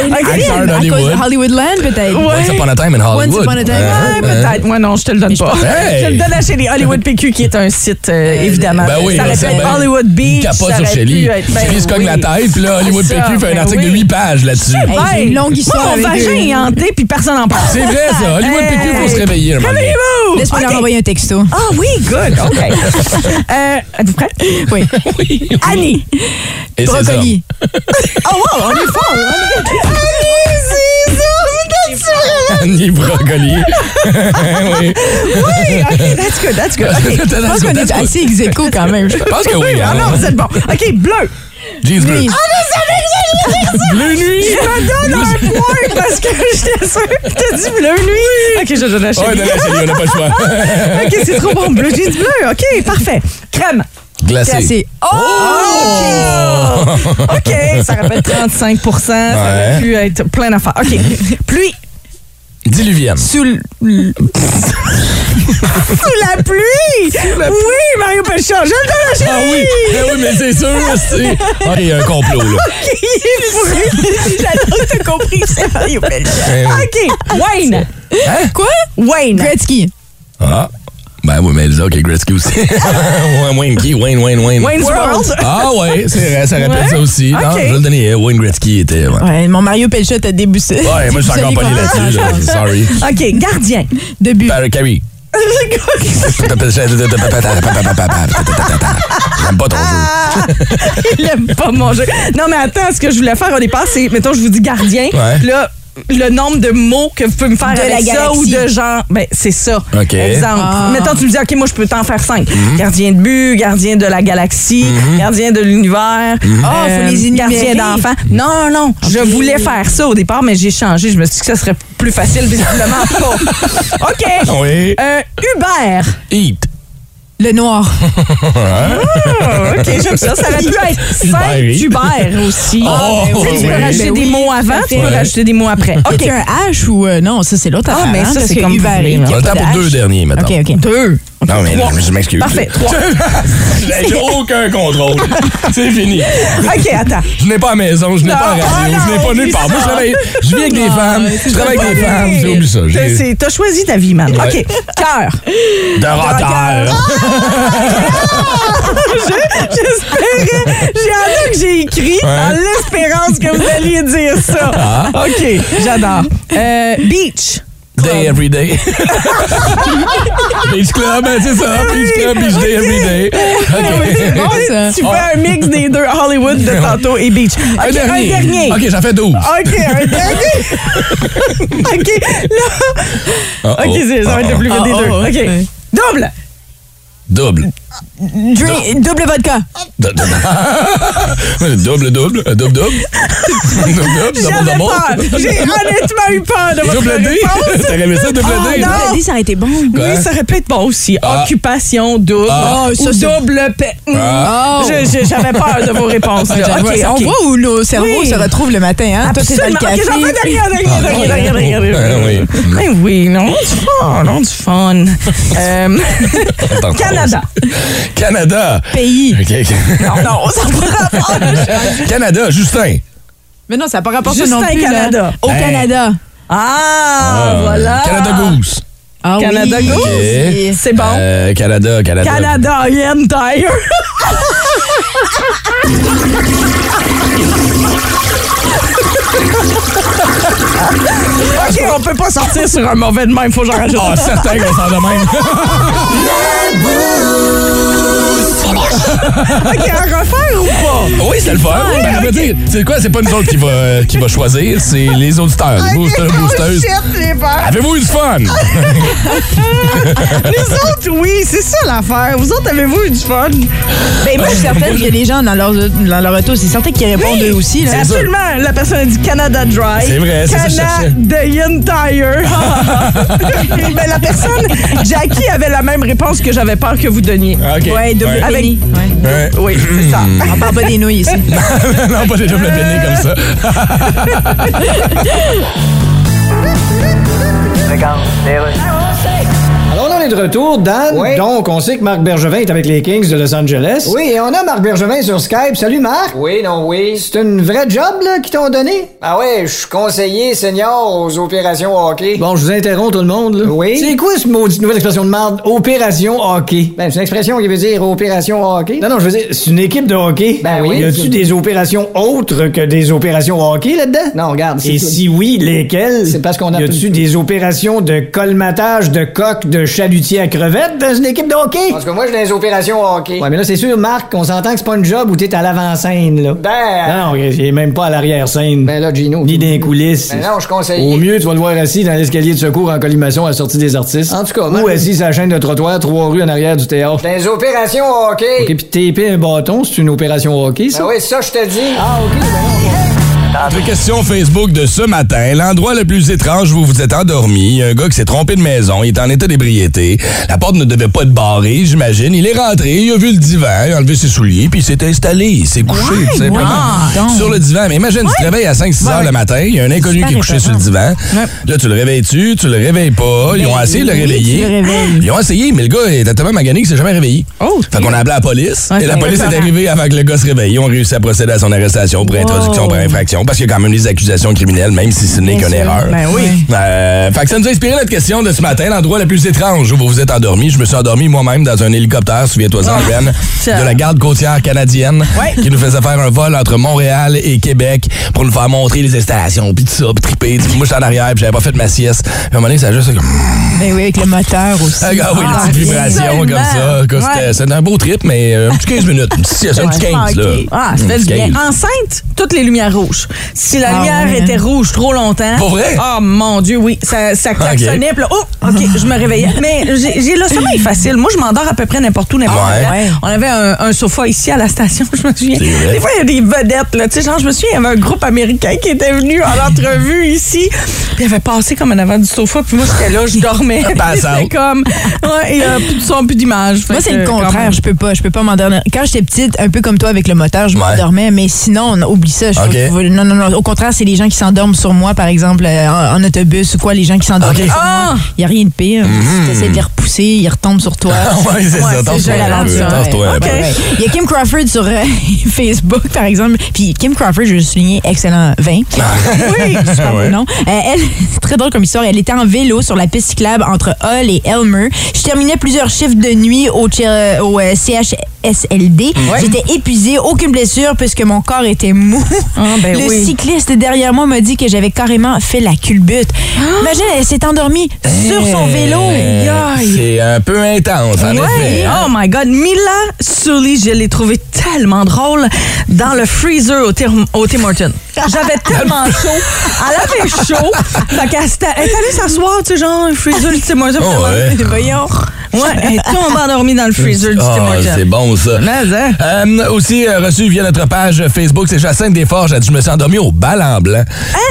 S3: Acteur d'Hollywood.
S5: Hollywoodland, peut-être.
S3: Once upon a time in Hollywood.
S5: upon a time.
S3: Euh,
S4: Ouais, peut-être. Moi, non, je te le donne pas.
S3: Hey!
S4: Je le donne à Shelly. Hollywood PQ, qui est un site, euh, évidemment.
S3: Ben oui,
S4: ça
S3: ben
S4: aurait pu
S3: c'est
S4: être
S3: bien.
S4: Hollywood
S3: Il
S4: Beach.
S3: capote
S4: ça
S3: sur
S4: aurait
S3: Shelly.
S4: pu être- ben
S3: Shelly se cogne la
S4: oui.
S3: tête, puis là, Hollywood
S4: C'est ça,
S3: PQ fait un
S4: ben
S3: article de
S4: oui.
S3: 8 pages là-dessus.
S4: Ben,
S5: Hey, j'ai une longue histoire
S4: Moi, mon
S5: avec
S4: vagin
S5: eux.
S4: est hanté, puis personne n'en parle.
S3: C'est vrai, ça. Hollywood
S4: Hey.
S3: PQ, faut se réveiller un moment donné.
S4: Réveillez-vous!
S5: Laisse-moi
S4: Ok.
S5: leur envoyer un texto.
S4: Ah oui, [LAUGHS] good, OK. euh, Êtes-vous prêts?
S5: Oui.
S4: Annie!
S3: Et c'est ça. [LAUGHS]
S5: Brocoli.
S4: [LAUGHS] Oh wow, on est fort! Annie, c'est ça! Mais t'as-tu vraiment-
S3: Annie Brocoli.
S4: Oui, OK, that's good, that's good. OK.
S5: Je pense qu'on est assez ex aequo quand même. je pense.
S3: Je pense que oui.
S4: Ah
S3: hein.
S4: non, vous êtes bon. OK, bleu.
S3: Jeez, bleu.
S5: Oui.
S3: Bleu nuit.
S4: Je me donne un point parce que [LAUGHS] j'étais sûre que t'as dit bleu, lui. OK, je donne la
S3: Ouais, ben,
S4: chérie.
S3: non, non, chérie, on n'a pas le choix.
S4: OK, c'est trop bon. Bleu, j'ai dit bleu. OK, parfait. Crème.
S5: C'est
S3: Glacé.
S5: assez. Oh!
S4: OK. OK, ça rappelle 35 Hein, ça aurait
S3: Ouais.
S4: pu être plein d'affaires. OK. Pluie.
S3: Diluvienne.
S5: Sous le- le-
S4: Sous la [LAUGHS] pluie. Oui, Mario Pelchon, je le donne à chérie.
S3: Ah oui, ben oui, mais c'est sûr, c'est. Ah, il y a un complot, là.
S4: Il est [LAUGHS] pourri. J'adore que t'as compris que c'est Mario
S3: Ben
S4: Pelchon. [LAUGHS] OK. Wayne.
S5: Quoi?
S4: Wayne.
S5: Gretzky.
S3: Hein? Ah, ben oui, mais Elsa, qui est Gretzky aussi. [LAUGHS] Wayne, Wayne qui? Wayne, Wayne, Wayne.
S4: Wayne's World.
S3: Ah ouais, c'est vrai, ça rappelle ça aussi. Non,
S4: Ok.
S3: je vais le donner. Wayne Gretzky était. Ouais,
S5: Ouais, mon Mario Pelcha t'a débussé.
S3: ouais moi, je suis encore
S5: Déboussolé
S3: pas né
S5: complètement.
S4: [LAUGHS]
S3: là-dessus. là. Sorry.
S4: OK, gardien.
S5: De
S4: [LAUGHS]
S5: but.
S3: Barry Carey. J'aime pas ton
S4: Ah.
S3: jeu.
S4: [LAUGHS] Il aime pas manger. Non, mais attends, ce que je voulais faire au départ, c'est, mettons, je vous dis gardien.
S3: Ouais.
S4: Là, le nombre de mots que vous pouvez me faire
S5: De
S4: avec
S5: la
S4: ça ou
S5: galaxie.
S4: de genre. Ben, c'est ça.
S3: OK. Mhm.
S4: Exemple.
S5: Ah.
S4: Mettons, tu me dis, OK, moi, je peux t'en faire cinq. Gardien de but, gardien de la galaxie, gardien de l'univers. euh,
S3: Mhm.
S5: Ah, faut les
S4: Gardien
S5: énumérer.
S4: d'enfant. Non, non, je
S5: OK.
S4: voulais faire ça au départ, mais j'ai changé. Je me suis dit que ça serait plus facile, visiblement
S3: [LAUGHS]
S4: pas. OK.
S3: Ah Oui.
S4: Euh, Uber.
S3: Eat.
S5: Le noir.
S4: Ah, OK, j'aime ça. Ça aurait pu être Saint-Hubert aussi.
S3: Ah, ben oui.
S4: Tu sais, tu peux
S3: Oui.
S4: rajouter des mots avant, tu peux rajouter des mots après.
S5: Y
S4: OK.
S5: a-t-il un H ou. euh, non, ça, c'est l'autre
S4: Ah,
S5: affaire.
S4: mais
S5: hein,
S4: ça,
S5: parce
S4: c'est
S5: que
S4: comme vous
S5: Uber
S4: voulez,
S5: Eats,
S4: là.
S5: y a
S3: On a le
S5: pas
S3: temps
S5: de
S3: pour
S5: H.
S3: deux derniers, maintenant.
S5: OK, OK. Deux.
S3: Non, mais non,
S4: Trois.
S3: je m'excuse.
S4: Parfait,
S3: [LAUGHS]
S4: trois.
S3: J'ai j'ai aucun contrôle. C'est fini.
S4: OK, attends.
S3: Je n'ai pas à maison, je n'ai
S4: Non,
S3: pas à
S4: ah
S3: radio,
S4: non,
S3: je n'ai pas
S4: oublie
S3: nulle part. Moi, je
S4: ça.
S3: travaille, je vis avec des femmes, je travaille avec des femmes, j'oublie ça.
S4: T'as-
S3: J'ai
S4: c'est- T'as choisi ta vie, man.
S3: Ouais.
S4: OK, cœur.
S3: de retard.
S4: J'espérais. J'en ai que j'ai écrit en l'espérance que vous alliez dire ça. OK, j'adore. Euh, beach.
S3: Day
S4: [LAUGHS]
S3: every day. Beach Club, hein, c'est ça.
S4: Ah,
S3: Beach Club, Beach Day every day. OK.
S5: Bon, ça.
S4: Tu fais un mix des deux, Hollywood
S3: [LAUGHS]
S4: de tantôt et beach. OK,
S3: Un dernier.
S4: Un dernier.
S3: OK, j'en fais 12.
S4: OK, un dernier.
S3: [LAUGHS]
S4: OK, là.
S3: Oh, oh,
S4: Ah, OK, c'est- ça va être le plus vite
S5: Ah,
S4: des
S5: ah,
S4: deux.
S5: ah,
S4: OK.
S5: ouais.
S4: Double.
S3: Double.
S5: Drink- double vodka.
S3: Dou- [LAUGHS] dou- Double, double, euh,
S4: [LAUGHS]
S3: double, double. Double, double, double,
S4: J'avais peur.
S3: double.
S4: J'ai honnêtement eu peur de votre
S3: Double D.
S4: réponse.
S3: [LAUGHS] T'aurais aimé ça, double
S4: Ah,
S3: D?
S4: non.
S5: Double D, ça aurait été bon.
S3: Quoi?
S4: Oui, ça répète pas aussi.
S3: Ah.
S4: Occupation double.
S3: Ah.
S5: Oh,
S4: Ou double pe-
S3: Ah.
S4: Mm. Je- je- J'avais peur de vos réponses. là.
S5: Ah,
S4: OK,
S5: ouais,
S4: OK.
S5: On voit où nos cerveaux
S4: Oui.
S5: se retrouvent le matin. Hein? Toi, t'es dans le
S4: Absolument.
S5: café.
S4: OK, j'en fais derrière, derrière,
S3: oui.
S4: derrière, derrière, derrière.
S3: Ah, oui.
S4: Mais oui, non, du fun, non, du
S3: [LAUGHS]
S4: fun. Euh,
S3: Attends,
S4: Canada.
S3: Canada. [LAUGHS]
S5: Pays.
S3: OK, OK.
S4: Non, non, ça prend pas.
S3: Canada, Justin.
S5: Mais non, ça n'a pas rapport
S4: Justin
S5: ça non plus. là.
S4: Canada.
S5: Au
S3: Hey.
S5: Canada.
S4: Ah, voilà.
S3: Canada Goose.
S5: Ah
S4: Canada
S5: oui.
S4: Goose.
S3: OK.
S4: C'est bon.
S3: Euh, Canada, Canada.
S4: Canada Entire. OK, on peut pas sortir sur un mauvais de même, faut que j'en rajoute.
S3: Ah, certain qu'on s'en de même.
S4: [LAUGHS] OK, à refaire ou pas?
S3: Oui, c'est le fun. Ben, je veux dire, c'est quoi? C'est pas nous autres qui va, qui va choisir, c'est les auditeurs. les boosters,
S4: oh,
S3: boosteuses. Avez-vous eu du fun?
S4: Les autres, oui, c'est ça l'affaire. Vous autres, avez-vous eu du fun?
S5: Ben, moi, je suis certaine que les gens dans leur, dans leur auto, c'est certain qu'ils répondent eux aussi. Là.
S3: C'est sûr.
S4: Absolument. La personne a dit Canada Dry.
S3: C'est vrai, c'est ça que je cherchais.
S4: Canada
S3: [LAUGHS]
S4: Entire. [LAUGHS] Mais la personne, Jackie, avait la même réponse que j'avais peur que vous donniez.
S3: Ah, OK.
S5: Ouais, double
S3: Ouais.
S5: Avec...
S4: Avec-
S3: Ouais.
S4: Oui,
S3: Mmh.
S4: c'est ça.
S5: [LAUGHS] On parle pas des nouilles
S4: [LAUGHS]
S5: ici.
S3: [LAUGHS] non, pas déjà plané comme ça.
S7: Alors là, on est de retour, Dan. Donc, on sait que Marc Bergevin est avec les Kings de Los Angeles. Oui, et on a Marc Bergevin sur Skype. Salut, Marc. Oui, non, oui. C'est une vraie job, là, qu'ils t'ont donné? Ah ouais, je suis conseiller senior aux opérations hockey. Bon, je vous interromps tout le monde, là. Oui. C'est quoi ce maudite nouvelle expression de merde? Opération hockey. Ben, c'est une expression qui veut dire opération hockey. Non, non, je veux dire, c'est une équipe de hockey. Ben oui. Y a-tu des opérations autres que des opérations hockey là-dedans? Non, regarde. Et si oui, lesquelles? C'est parce qu'on a. Y a-tu des opérations de colmatage de coq de chalutier à crevettes dans une équipe de hockey? Parce que moi, j'ai des opérations hockey. Ouais, mais là, c'est sûr, Marc, on s'entend que c'est pas une job où t'es à l'avant-scène, là. Ben. Non, non, il est même pas à l'arrière-scène. Ben là, Gino. Ni dans les coulisses. Ben non, je conseille. Au mieux, tu vas le voir assis dans l'escalier de secours en collimation à la sortie des artistes. En tout cas, Ou assis à la chaîne de trottoir, trois rues en arrière du théâtre. Des opérations hockey. OK, puis taper un bâton, c'est une opération hockey, ça? oui, ça, je te dis. Ah, OK,
S3: Notre question Facebook de ce matin. L'endroit le plus étrange où vous vous êtes endormi. Il y a un gars qui s'est trompé de maison. Il est en état d'ébriété. La porte ne devait pas être barrée, j'imagine. Il est rentré, il a vu le divan, il a enlevé ses souliers, puis il s'est installé. Il s'est couché, tout simplement.
S5: donc.
S3: Sur le divan. Mais imagine, tu te réveilles à 5-6 heures le matin. Il y a un inconnu qui est couché sur le divan. Là, tu le réveilles-tu, tu le réveilles pas. Ils ont essayé de le
S5: Ben oui, tu le
S3: réveiller.
S5: réveilles. Oh,
S3: Ils ont essayé, mais le gars était tellement magané qu'il s'est jamais réveillé. Fait qu'on a appelé la police.
S5: Ouais,
S3: et la
S5: c'est
S3: police est
S5: épeurant.
S3: arrivée avant que le gars se réveille. Ils ont réussi à procéder à son arrestation pour introduction, pour infraction, parce qu'il y a quand même des accusations criminelles, même si ce n'est
S5: Bien
S3: qu'une
S5: sûr.
S3: erreur.
S5: Ben oui.
S3: Euh, fait que ça nous a inspiré notre question de ce matin, l'endroit le plus étrange où vous vous êtes endormi. Je me suis endormi moi-même dans un hélicoptère, souviens-toi
S5: Ah,
S3: en Ren, de la garde côtière canadienne, qui nous faisait faire un vol entre Montréal et Québec pour nous faire montrer les installations, puis tout ça, puis triper. Puis Moi, j'étais en arrière, puis j'avais pas fait de ma sieste. Puis À un moment donné, ça a juste... fait comme-
S5: Ben oui, avec le moteur aussi.
S4: Euh,
S3: ah, oui, une petite vibration comme ça. En tout cas, c'était- C'était un beau trip, mais euh, un petit 15 minutes. Un petit, sieste, un petit 15, là.
S4: Ah, ça
S3: Un
S4: fait du
S3: petit
S4: bien.
S3: 15.
S4: Enceinte, toutes les lumières rouges. Si la
S5: Ah
S4: lumière
S5: ouais.
S4: était rouge trop longtemps.
S3: Pour vrai? Ah,
S4: Oh mon Dieu, oui. Ça, ça klaxonnait, puis là, oh, OK, je me
S3: [LAUGHS]
S4: réveillais. Mais j'ai j'ai le sommeil facile. Moi, je m'endors à peu près n'importe où, n'importe
S3: Ah ouais?
S4: où.
S5: Ouais.
S4: On avait un, un sofa ici à la station, [LAUGHS] je me souviens.
S3: C'est vrai.
S4: Des fois, il y a des vedettes, là. Tu sais, genre, je me souviens, il y avait un groupe américain qui était venu en entrevue ici, puis il avait passé comme en avant du sofa, puis moi, j'étais
S3: [LAUGHS]
S4: là, je dormais. [LAUGHS]
S3: Pass
S4: C'était
S3: out.
S4: comme. Ouais, et euh, plus de son, plus d'image. Fait
S5: Moi, c'est
S4: que,
S5: le
S4: quand
S5: contraire.
S4: même.
S5: Je peux pas, je peux pas m'endormir. Quand j'étais petite, un peu comme toi avec le moteur, je
S3: Ouais.
S5: m'endormais, mais sinon, on- au oublie ça. Je
S3: Ok.
S5: trouve- non, non, non. Au contraire, c'est les gens qui s'endorment sur moi, par exemple, euh, en, en autobus ou quoi, les gens qui s'endorment
S3: Ok. Mmh.
S5: sur
S4: Ah!
S5: moi. Il n'y a rien de pire. Si tu essaies de les repousser, ils retombent sur toi.
S3: Ah, Ouais, c'est ça.
S5: c'est
S3: Tasse-toi
S5: gênant,
S3: un peu,
S5: ça, ouais.
S3: tasse-toi ben un peu.
S5: Ouais, ouais. Il y a Kim Crawford sur euh, [LAUGHS] Facebook, par exemple. Puis Kim Crawford, je veux souligner, excellent
S3: [LAUGHS]
S5: vin. oui, super
S3: Ah. Ouais.
S5: bon nom. Euh, elle, [LAUGHS] c'est très drôle comme histoire. Elle était en vélo sur la piste cyclable entre Hull et Elmer. Je terminais plusieurs chiffres de nuit au, chi- euh, au, euh, CHSLD. J'étais épuisée, aucune blessure puisque mon corps était mou.
S4: Ah, ben
S5: Le
S4: oui.
S5: cycliste derrière moi m'a dit que j'avais carrément fait la culbute. Imagine, elle s'est endormie sur son vélo.
S3: Euh, Ah. C'est un peu intense, en effet.
S4: Ouais.
S3: hein?
S4: Oh my God. Mila Sully, je l'ai trouvé tellement drôle dans le freezer au, Tim- au Tim Hortons.
S3: [LAUGHS]
S4: J'avais tellement chaud. Elle avait chaud. Fait qu'elle s'était- elle est allée s'asseoir, tu sais, genre, le freezer du Tim Hortons.
S3: Oh, ouais.
S4: Voyons. Ouais, elle est tombée endormie dans le freezer du Tim
S3: Ah,
S4: Hortons.
S3: c'est bon ça.
S4: Mais, hein?
S3: Euh, aussi euh, reçu via notre page Facebook, c'est Jacinthe Desforges. Elle dit, Je me suis endormi au bal en blanc.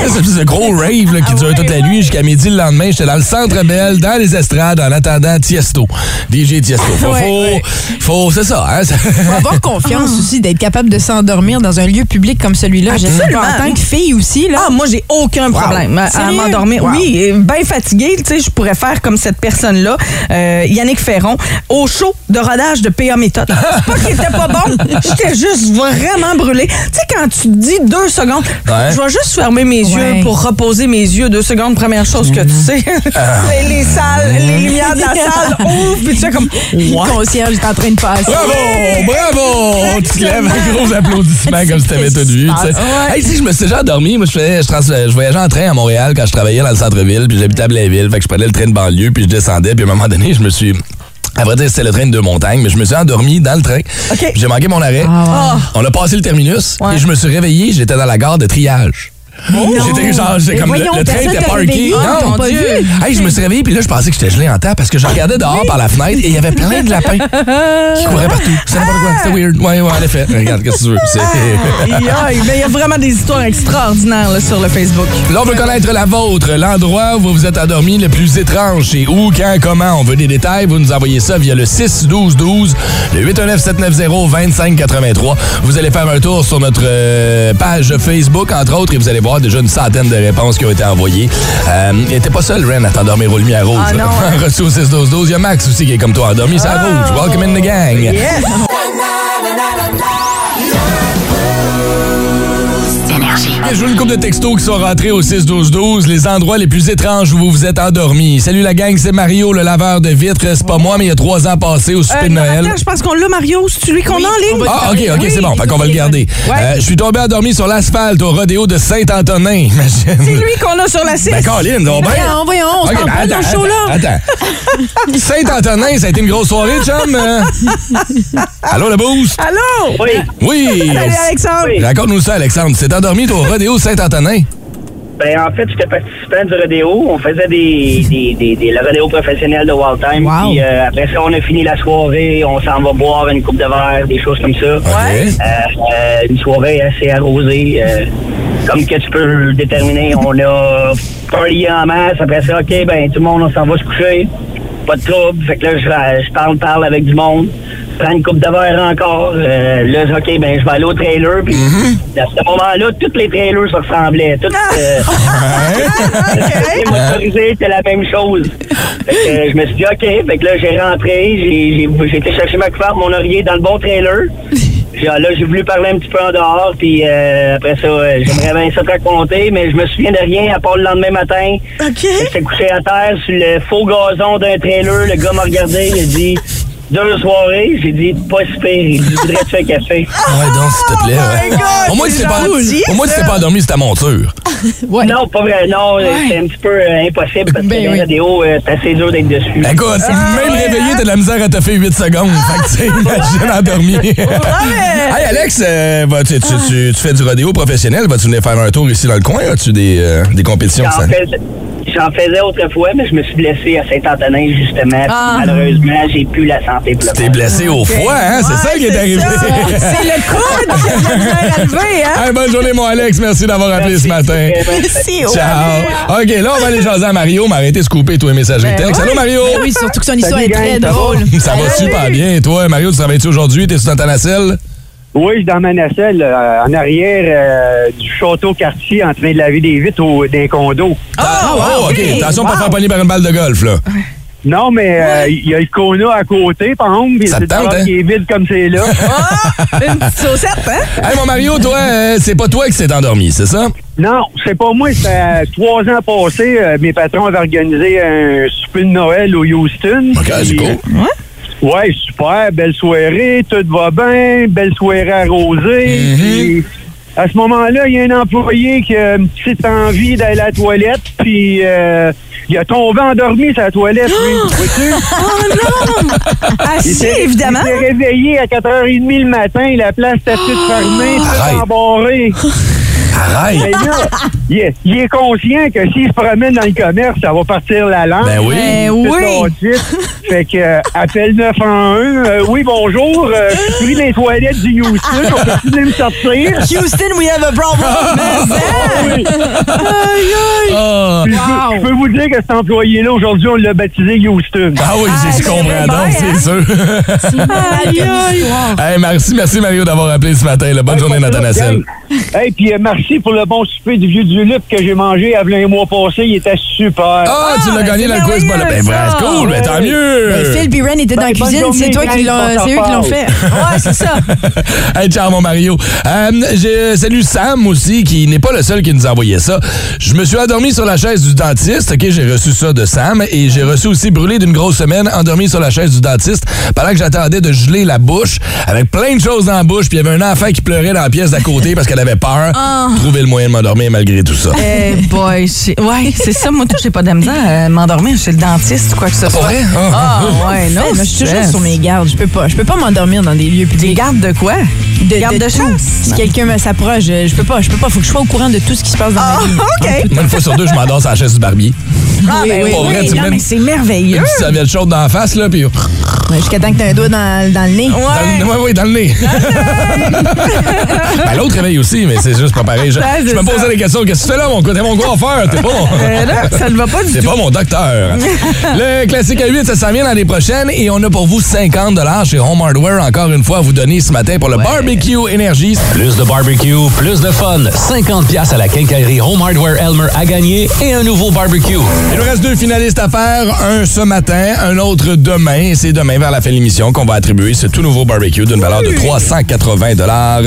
S3: C'est ce gros rave là, qui durait toute la nuit jusqu'à midi le lendemain. J'étais dans le centre Belle, dans les estrades, en attendant Tiesto. DJ Tiesto. Faut,
S5: Ouais,
S3: faut,
S5: ouais.
S3: faut- c'est ça. Hein? [LAUGHS] ça-
S5: faut avoir confiance aussi d'être capable de s'endormir dans un lieu public comme celui-là. Je sais pas,
S4: Absolument.
S5: En tant que fille aussi, là.
S4: Ah, moi, j'ai aucun problème à- à
S5: Sérieux?
S4: m'endormir.
S5: Wow.
S4: Oui, euh, bien fatiguée, tu sais, je pourrais faire comme cette personne-là, euh, Yannick Ferron, au show de rodage de
S5: [LAUGHS]
S4: PA Méthode. C'est pas qu'il était pas bon, j'étais juste vraiment brûlée. Tu sais, quand tu te dis deux secondes,
S3: Ouais.
S4: je vais juste fermer mes
S5: Ouais.
S4: yeux pour reposer mes yeux deux secondes, première chose que
S5: Mm-hmm.
S4: tu sais.
S5: Ah.
S4: [LAUGHS] les, les salles, les lumières de la salle ouvrent, puis tu fais comme...
S5: Le concierge est en train de passer.
S3: Bravo! Bravo! Tu te lèves un gros applaudissement comme si t'avais tout vu. tu sais. Hey, tu sais, je me suis déjà endormi. Moi, je, faisais- je, trans- euh, je voyageais en train à Montréal quand je travaillais dans le centre-ville, puis j'habitais à Blainville. Fait que je prenais le train de banlieue, puis je descendais, puis à un moment donné, je me suis. À vrai dire, c'était le train de deux montagnes, mais je me suis endormi dans le train.
S4: OK.
S3: J'ai manqué mon arrêt.
S5: Ah
S3: On a passé le terminus
S4: Ouais.
S3: et je me suis réveillé. J'étais dans la gare de triage. J'étais genre,
S5: Oh Mais
S3: j'étais comme le-
S5: voyons,
S3: le, train
S5: personne
S3: était
S5: t'a
S3: parké.
S5: réveillé. Ah,
S3: Non,
S5: t'as pas vu.
S3: Hey, je me suis réveillé, puis là, je pensais que j'étais gelé en temps parce que je regardais dehors par la fenêtre et il y avait plein de lapins qui couraient partout. C'était n'importe quoi. C'était weird. Ouais, ouais, en effet. Ah. [LAUGHS] Ah. Regarde, qu'est-ce que tu veux. C'est-
S4: Aïe, aïe, mais il y a vraiment des histoires extraordinaires là, sur le Facebook.
S3: [LAUGHS] Là, on veut connaître la vôtre, l'endroit où vous vous êtes endormi le plus étrange, chez où, quand, comment. On veut des détails. Vous nous envoyez ça via le 6-12-12, le 819-790-2583. Vous allez faire un tour sur notre euh, page Facebook, entre autres, et vous allez voir déjà une centaine de réponses qui ont été envoyées. Euh, et t'es pas seul, Ren, à t'endormir aux lumières rouges.
S4: Ah, non, hein?
S3: [LAUGHS] Reçu au 6-12-12, il y a Max aussi qui est comme toi endormi, c'est à rouge. Welcome in the gang.
S4: Yes!
S2: énergie.
S3: Je vous une couple de textos qui sont rentrés au 6-12-12, les endroits les plus étranges où vous vous êtes endormi. Salut la gang, c'est Mario, le laveur de vitres. C'est pas moi, mais il y a trois ans passé au souper
S4: Euh,
S3: de
S4: non,
S3: Noël.
S4: attends, je pense qu'on l'a, Mario. C'est celui qu'on
S5: Oui,
S4: a en
S5: on
S4: ligne.
S5: va-
S3: Ah, ok, ok,
S5: Oui,
S3: c'est bon. Fait qu'on va le garder.
S5: Ouais.
S3: Euh, je suis tombé endormi sur l'asphalte au rodéo de Saint-Antonin, [LAUGHS] imagine.
S4: C'est lui qu'on a sur la 6.
S3: Ben, Colin, on va bien.
S5: Voyons, Ah, voyons, on
S3: Ok,
S5: se
S3: ben,
S5: prend pas dans
S3: attends,
S5: le show, là.
S3: Attends. attends. Saint-Antonin, ça a été une grosse soirée, chum. euh. Allô, le boost?
S4: Allô?
S8: Oui.
S3: Oui.
S4: Salut, Alexandre.
S8: Oui.
S3: Raconte-nous ça, Alexandre. Tu t'es endormi toi, au rodéo Saint-Antonin?
S8: Ben, en fait, j'étais participant du rodéo. On faisait des, des, des, des- le rodéo professionnel de Wild Time.
S5: Wow.
S8: Puis euh, après ça, on a fini la soirée. On s'en va boire une coupe de verre, des choses comme ça.
S3: Ouais.
S8: Euh, euh, une soirée assez arrosée. euh, comme que tu peux le déterminer, on a party en masse. Après ça, OK, ben, tout le monde, on s'en va se coucher. Pas de trouble. Fait que là, je, je parle, parle avec du monde. Je Prends une coupe de verre encore. Euh, là, je dis, OK, ben, je vais aller au trailer. Puis, à ce moment-là, tous les trailers se ressemblaient. Tous, euh, [LAUGHS] J'ai motorisé, c'était la même chose. Fait que, euh, je me suis dit, OK. Fait que là, j'ai rentré, j'ai- j'ai j'ai été chercher ma couverte, mon oreiller dans le bon trailer. J'ai- Là, j'ai voulu parler un petit peu en dehors, puis euh, après ça, euh, j'aimerais bien ça te raconter, mais je me souviens de rien à part le lendemain matin.
S4: Ah! OK.
S8: J'étais couché à terre sur le faux gazon d'un trailer. Le gars m'a regardé, il a dit deux soirées. J'ai dit pas si pire. Il dit voudrais-tu un café?
S3: Ah ouais, donc, s'il te plaît.
S4: my
S3: ouais.
S4: God,
S3: au moins, tu
S4: c'est
S3: t'es pas,
S4: gentil,
S3: au moins, tu t'es pas endormi, c'est ta monture.
S5: Ouais.
S8: Non, pas vrai. Non, c'était un petit peu euh, impossible parce que
S5: Ben
S8: les
S5: oui.
S8: radios, euh, c'est assez dur d'être dessus.
S3: Écoute, même réveillé, t'as de la misère à te faire 8 secondes. Fait que, tu sais, imagine endormi. [LAUGHS] hey, Alex, euh, vas- tu, tu- tu- tu fais du rodéo professionnel. Vas-tu venir faire un tour ici dans le coin? As-tu des, euh, des compétitions?
S8: J'en
S3: ça?
S8: faisais- J'en faisais autrefois, mais je me suis blessé à Saint-Antonin, justement.
S5: Ah.
S8: Puis, Malheureusement, j'ai plus la santé pour le
S3: T'es
S8: faire.
S3: blessé au foie, hein? C'est ça qui est arrivé.
S4: [LAUGHS] C'est le coude qui a de la misère à lever, hein?
S3: [LAUGHS] Hey, bonne journée, mon Alex. Merci d'avoir appelé ce matin.
S4: Si, ouais.
S3: Ciao. OK, là, on va aller jaser à Mario. Mais arrêtez de se couper, toi, les messageries textes. Allô, Mario?
S5: Ben oui, surtout que son histoire
S8: Salut,
S5: est très
S3: [LAUGHS]
S8: gang, ça va?
S5: drôle.
S3: Ça va super bien. Toi, Mario, tu travailles-tu aujourd'hui? T'es-tu dans ta nacelle?
S6: Oui, je suis dans ma nacelle, euh, en arrière euh, du château quartier, en train de laver des vitres au, d'un condo.
S3: Ah, oh, OK. Attention, pas
S6: Wow.
S3: faire pogner par une balle de golf, là.
S6: Non, mais euh, il y a le Kona à côté, par exemple, puis
S3: Ça
S6: c'est
S3: te tente,
S6: le
S3: hein?
S6: qui est vide comme c'est
S3: [LAUGHS]
S6: là.
S4: Une petite saucette, hein?
S3: Hey, mon Mario, toi, euh, c'est pas toi qui s'est endormi, c'est ça?
S6: Non, c'est pas moi. C'est à trois ans passés, euh, mes patrons avaient organisé un souper de Noël au Houston.
S3: OK, c'est
S6: Puis,
S3: cool.
S6: euh, Ouais, super, belle soirée, tout va bien, belle soirée arrosée. Puis, à ce moment-là, il y a un employé qui a une petite envie d'aller à la toilette, puis euh, il a tombé endormi sur la toilette, lui. Vois-tu?
S4: [LAUGHS] Ah,
S6: Il
S4: si,
S9: [LAUGHS]
S6: s'est-
S4: évidemment.
S6: Il s'est réveillé à 4h30 le matin, la place était toute fermée,
S3: Arrête.
S6: tout embarré.
S3: Arrête.
S6: Mais là, il est, il est conscient que s'il se promène dans le commerce, ça va partir la langue.
S3: Ben oui.
S4: Ben
S6: Tout
S4: oui.
S6: de suite.
S4: [LAUGHS]
S6: Fait que, euh, appel 911. Euh, oui, bonjour. euh, je suis pris les toilettes du Houston. On peut-tu venir me sortir?
S5: Houston, we have a problem.
S3: Ah.
S6: Puis je peux- Je, peux vous dire que cet employé-là, aujourd'hui, on l'a baptisé Houston.
S3: Ah oui, j'ai je comprends donc, c'est sûr.
S5: Aïe, aïe.
S3: hey, merci, merci Mario d'avoir appelé ce matin. là. Bonne journée, Nathan Hassel.
S6: Hey, puis euh, merci pour le bon souper du vieux du Lup que j'ai mangé à un mois passé. Il était super.
S2: Oh.
S3: Ah, tu l'as
S4: ben,
S3: gagné
S4: c'est
S3: la quiz.
S4: merveilleux,
S3: Ben, ben, ben,
S4: ça.
S3: c'est cool, ben, tant
S5: Ben,
S3: mieux.
S5: Phil Biren était dans la
S6: Ben, bonne
S5: cuisine,
S6: journée,
S5: c'est toi qui
S6: gang,
S5: l'ont,
S6: on
S5: c'est eux qui l'ont
S6: s'en
S5: fait.
S4: Ouais, c'est ça.
S3: [LAUGHS] hey, ciao, mon Mario. Euh, je salue Sam aussi, qui n'est pas le seul qui nous a envoyé ça. Je me suis endormi sur la chaise du dentiste. OK, j'ai reçu ça de Sam. Et j'ai reçu aussi brûlé d'une grosse semaine, endormi sur la chaise du dentiste, pendant que j'attendais de geler la bouche, avec plein de choses dans la bouche. Puis il y avait un enfant qui pleurait dans la pièce d'à côté parce qu'elle avait peur. Trouver le moyen de m'endormir malgré tout ça.
S4: [LAUGHS] Ah. Eh boy, c'est- ouais, c'est ça. Moi, tout, j'ai pas de la misère à m'endormir chez le dentiste ou quoi que ce soit.
S3: vrai?
S4: Ah,
S3: Ah.
S4: ouais, non.
S5: Ben Moi, je suis toujours
S4: stress.
S5: sur mes gardes. Je peux pas, je peux pas m'endormir dans des lieux
S4: Des
S5: publics.
S4: gardes de quoi? Des gardes de,
S5: tout.
S4: chasse?
S5: Si quelqu'un me s'approche, je, je peux pas, je peux pas. Faut que je sois au courant de tout ce qui se
S4: Ah,
S5: passe dans ma vie.
S4: OK.
S3: Moi, une fois sur deux, je m'endors sur la chaise du barbier.
S4: Ah,
S5: Oui,
S4: ben
S5: oui,
S4: oui,
S3: Pour vrai, tu
S4: non,
S3: mènes-
S4: mais c'est merveilleux.
S3: Une petite serviette chaude dans la face, là, puis...
S5: Ouais, Jusqu'à temps que t'as un doigt dans, dans le nez.
S3: Dans le- ouais, ouais, dans le nez. [LAUGHS] ben, l'autre réveille aussi, mais c'est juste pas pareil. Je,
S4: Ouais, c'est
S3: je me posais
S4: ça.
S3: des questions. Qu'est-ce que tu fais là, mon gars? T'es mon coiffeur, t'es pas.
S4: Euh, là, ça ne va pas du
S3: [LAUGHS] T'es
S4: tout.
S3: pas
S4: [LAUGHS]
S3: mon docteur. Le classique à 8, ça s'en vient l'année prochaine et on a pour vous 50 chez Home Hardware encore une fois à vous donner ce matin pour le barbecue énergie.
S10: Plus de barbecue, plus de fun. 50 pièces à la quincaillerie Home Hardware Elmer à gagner et un nouveau barbecue.
S3: Il nous reste deux finalistes à faire, un ce matin, un autre demain. C'est demain vers la fin de l'émission qu'on va attribuer ce tout nouveau barbecue d'une valeur de 380 dollars.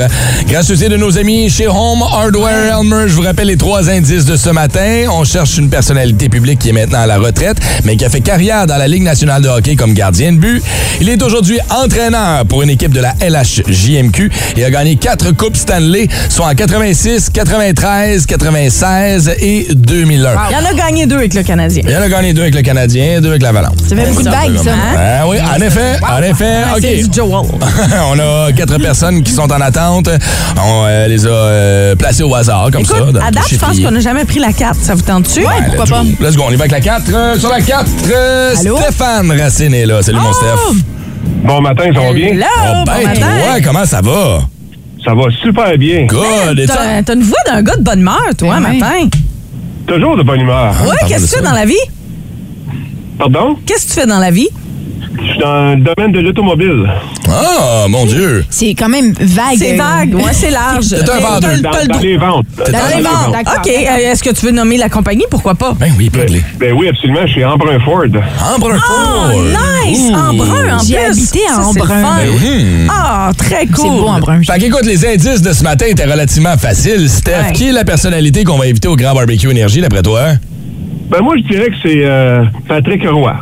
S3: Gracieuseté de nos amis chez Home Hardware Elmer. Je vous rappelle les trois indices de ce matin. On cherche une personnalité publique qui est maintenant à la retraite, mais qui a fait carrière dans la Ligue nationale de hockey comme gardien de but. Il est aujourd'hui entraîneur pour une équipe de la LHJMQ et a gagné quatre coupes Stanley, soit en 86, 93, 96 et 2001.
S4: Il y en a gagné deux avec le Canadien.
S3: Il y en a gagné deux avec le Canadien, deux avec l'Avalanche.
S5: Ça fait beaucoup de bagues, ça. hein?
S3: Ah oui, en effet, en effet,
S4: Ah, C'est
S3: OK.
S4: du Joel.
S3: [LAUGHS] On a quatre personnes qui sont en attente. On euh, les a euh, placées au hasard, comme ça.
S4: Écoute,
S3: Ah, dans
S4: à
S3: le
S4: date, je pense
S3: chiffrier.
S4: qu'on n'a jamais pris la carte. Ça vous tente-tu?
S3: Ouais, let's go. Let's go, on y va avec la 4. sur la 4,
S5: Allô?
S3: Stéphane Racine est là.
S4: Oh!
S3: Salut, mon Steph.
S2: Bon matin, ça va bien?
S4: Euh, Là,
S3: Oh, ben, toi, comment ça va?
S2: Ça va super bien.
S3: Good. Et toi?
S4: Ben, T'as t'as une voix d'un gars de bonne humeur, toi,
S5: Ben oui.
S4: matin.
S2: Toujours de bonne humeur.
S4: Ouais,
S3: t'as
S4: qu'est-ce
S3: pas
S4: que tu fais
S3: Ah, de ça.
S4: dans la vie?
S2: Pardon?
S4: Qu'est-ce que tu fais dans la vie?
S2: Je suis dans le domaine de l'automobile.
S3: Ah, mon Dieu.
S5: C'est quand même vague.
S4: C'est
S5: euh,
S4: vague, ouais, c'est large.
S3: T'es un
S4: Mais
S3: vendeur.
S4: t'as le-
S2: Dans,
S4: t'as le
S2: dans
S4: droit-
S2: les ventes.
S3: Dans les
S5: ventes. D'accord.
S4: OK, euh, est-ce que tu veux nommer la compagnie? Pourquoi pas?
S3: Ben oui, plug-les.
S2: Ben oui, absolument, je suis Embrun Ford.
S3: Embrun
S4: Oh,
S3: Ford.
S4: nice! Embrun, en plus!
S5: J'ai habité à
S4: Ça, c'est le
S5: Embrun.
S4: fun.
S5: Ben
S3: Hmm.
S4: Ah, très cool!
S5: C'est beau en brun.
S3: Fait qu'écoute, les indices de ce matin étaient relativement faciles. Steph,
S4: Ouais.
S3: qui est la personnalité qu'on va inviter au Grand Barbecue Énergie, d'après toi?
S2: Ben moi, je dirais que c'est euh, Patrick Roy.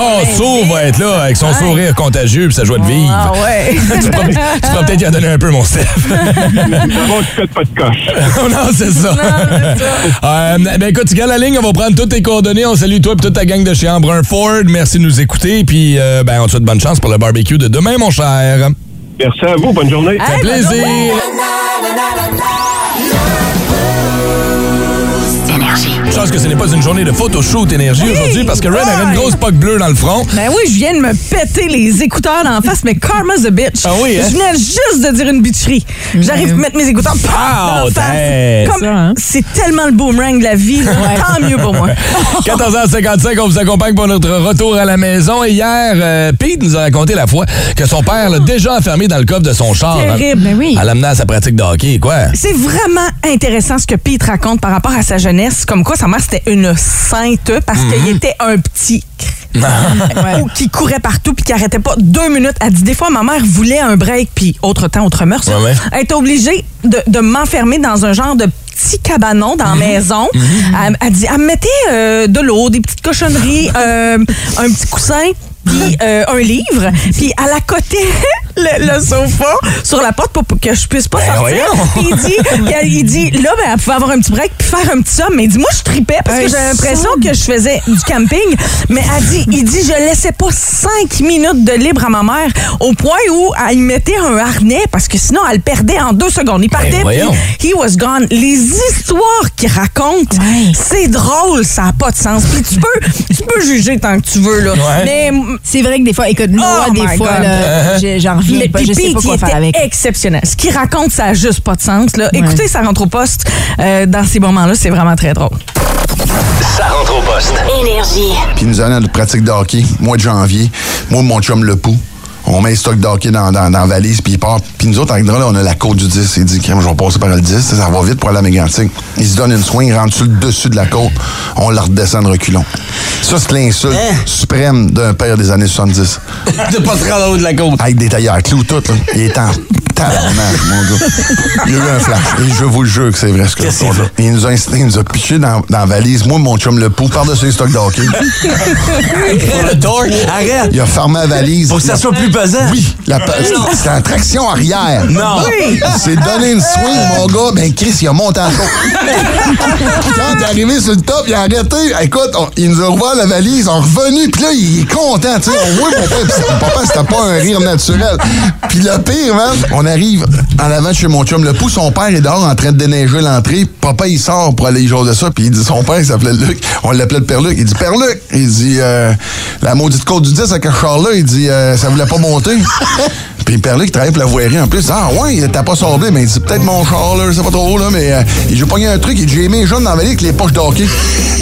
S3: Oh, Sou va être là avec son sourire contagieux et sa joie de
S4: Ah
S3: vivre.
S4: ouais!
S3: [LAUGHS] Tu pourras- tu pourras peut-être y en donner un peu, mon Steph. [LAUGHS]
S2: D'abord, tu fais pas de coche.
S3: non, c'est ça. [LAUGHS] Euh, ben écoute, tu gardes la ligne, on va prendre toutes tes coordonnées. On salue toi et toute ta gang de chez Embrun Ford. Merci de nous écouter. Puis, euh, ben, on te souhaite bonne chance pour le barbecue de demain, mon cher.
S2: Merci à vous, bonne journée.
S4: ben,
S3: Fait plaisir.
S11: Énergie.
S3: chance que ce n'est pas une journée de photoshoot énergie aujourd'hui parce que Red avait une grosse poque bleue dans le front.
S4: Ben oui, je viens de me péter les écouteurs d'en face, mais karma's a bitch.
S3: Ah oui, hein?
S4: Je venais juste de dire une bitcherie. J'arrive à mettre mes écouteurs paf,
S3: Pow,
S4: d'en
S3: Ah, oh, t'es-
S4: face. Comme-
S5: ça, hein?
S4: C'est tellement le boomerang de la vie. là. Tant mieux pour
S3: [LAUGHS]
S4: moi.
S3: 14h55, on vous accompagne pour notre retour à la maison. Et hier, euh, Pete nous a raconté la fois que son père l'a déjà enfermé dans le coffre de son char. hein,
S4: Terrible.
S5: Ben oui.
S3: En l'amenant à sa pratique de hockey, quoi.
S4: C'est vraiment intéressant ce que Pete raconte par rapport à sa jeunesse. Comme quoi, sa mère, c'était une sainte parce
S3: Mhm.
S4: qu'il était un
S3: [LAUGHS]
S4: petit cr- ou qui courait partout puis qui arrêtait pas deux minutes. Elle dit des fois, ma mère voulait un break puis autre temps, autre mœurs.
S3: Ouais, ouais.
S4: Elle était obligée de, de m'enfermer dans un genre de petit cabanon dans la
S3: Mhm.
S4: maison. Elle, elle dit, elle me mettait euh, de l'eau, des petites
S3: [LAUGHS]
S4: cochonneries, euh, un petit coussin puis euh, un livre, puis elle la [LAUGHS] le, le sofa sur la porte pour que je puisse pas sortir.
S3: Ben voyons.
S4: Puis il dit, puis elle- il dit, là, ben, elle pouvait avoir un petit break puis faire un petit somme. Mais il dit, moi, je tripais parce que
S5: Un
S4: j'ai l'impression
S5: somme.
S4: que je faisais du camping. Mais elle dit, il dit, je laissais pas cinq minutes de libre à ma mère au point où elle y mettait un harnais parce que sinon, elle perdait en deux secondes. Il partait, puis
S3: Ben voyons.
S4: he was gone. Les histoires qu'il raconte,
S5: Ouais.
S4: c'est drôle, ça n'a pas de sens. Puis tu peux, tu peux juger tant que tu veux, là.
S3: Ouais.
S4: Mais, m-
S5: C'est vrai que des fois, écoute, moi,
S4: Oh
S5: des
S4: my
S5: fois,
S4: God.
S5: là, j'ai- j'en reviens
S4: mais
S5: pas, je sais
S4: Pipi,
S5: pas
S4: qui
S5: quoi
S4: était
S5: faire avec.
S4: exceptionnel. Ce qu'il raconte, ça n'a juste pas de sens. Là.
S5: Ouais.
S4: Écoutez, ça rentre au poste. euh, dans ces moments-là, c'est vraiment très drôle.
S1: Ça rentre au poste.
S2: énergie,
S9: Puis nous allons à notre pratique de hockey, mois de janvier. Moi, mon chum le pou. On met le stock de hockey dans, dans, dans la valise, puis il part. Puis nous autres, en là, on a la côte du 10. Il dit, crème, je vais passer par le 10, ça ça va vite pour aller à Mégantic. Il se donne une swing, rentre sur le dessus de la côte, on la redescend de reculons. Ça, c'est l'insulte suprême d'un père des années 70.
S3: Hein? [LAUGHS] De pas te rendre haut de la côte.
S9: Avec des tailleurs, clous tout, là. Il est en tabarnak, mon gars. Il y a eu un flash. Et je vous le jure que c'est vrai ce que
S3: Qu'est-ce qu'il
S9: raconte-là. Il nous a incité, il nous a pitché dans, dans la valise. Moi, mon chum le pou, par-dessus les stocks de hockey.
S3: le torque, arrête.
S9: Il a fermé la valise.
S3: Faut que
S9: Il
S3: ça
S9: a
S3: soit plus pesant.
S9: oui, la pa- c'est en traction arrière.
S3: Non.
S4: [LAUGHS]
S9: C'est donné une swing, mon gars. Ben, Chris, il a monté en haut. Quand il est arrivé sur le top, il a arrêté. Écoute, on- il nous a ouvert la valise, on est revenu, puis là, il est content, tu sais. On voit mon père, puis c'est- papa, c'était pas un rire naturel. Puis le pire, man, on arrive en avant de chez mon chum. Le pouce, son père est dehors en train de déneiger l'entrée. Papa, il sort pour aller jaser ça, puis il dit son père, il s'appelait Luc. On l'appelait le père Luc. Il dit, père Luc, il dit, euh, la maudite côte du 10 avec un char là, il dit, euh, ça voulait pas monter. Puis le père Luc travaille pour la voirie en plus. Ah ouais, t'as pas semblé, mais il dit peut-être mon char là, je sais pas trop là, mais euh, il dit, j'ai pogné un truc, il dit j'ai aimé les jaunes dans la vallée avec les poches d'hockey.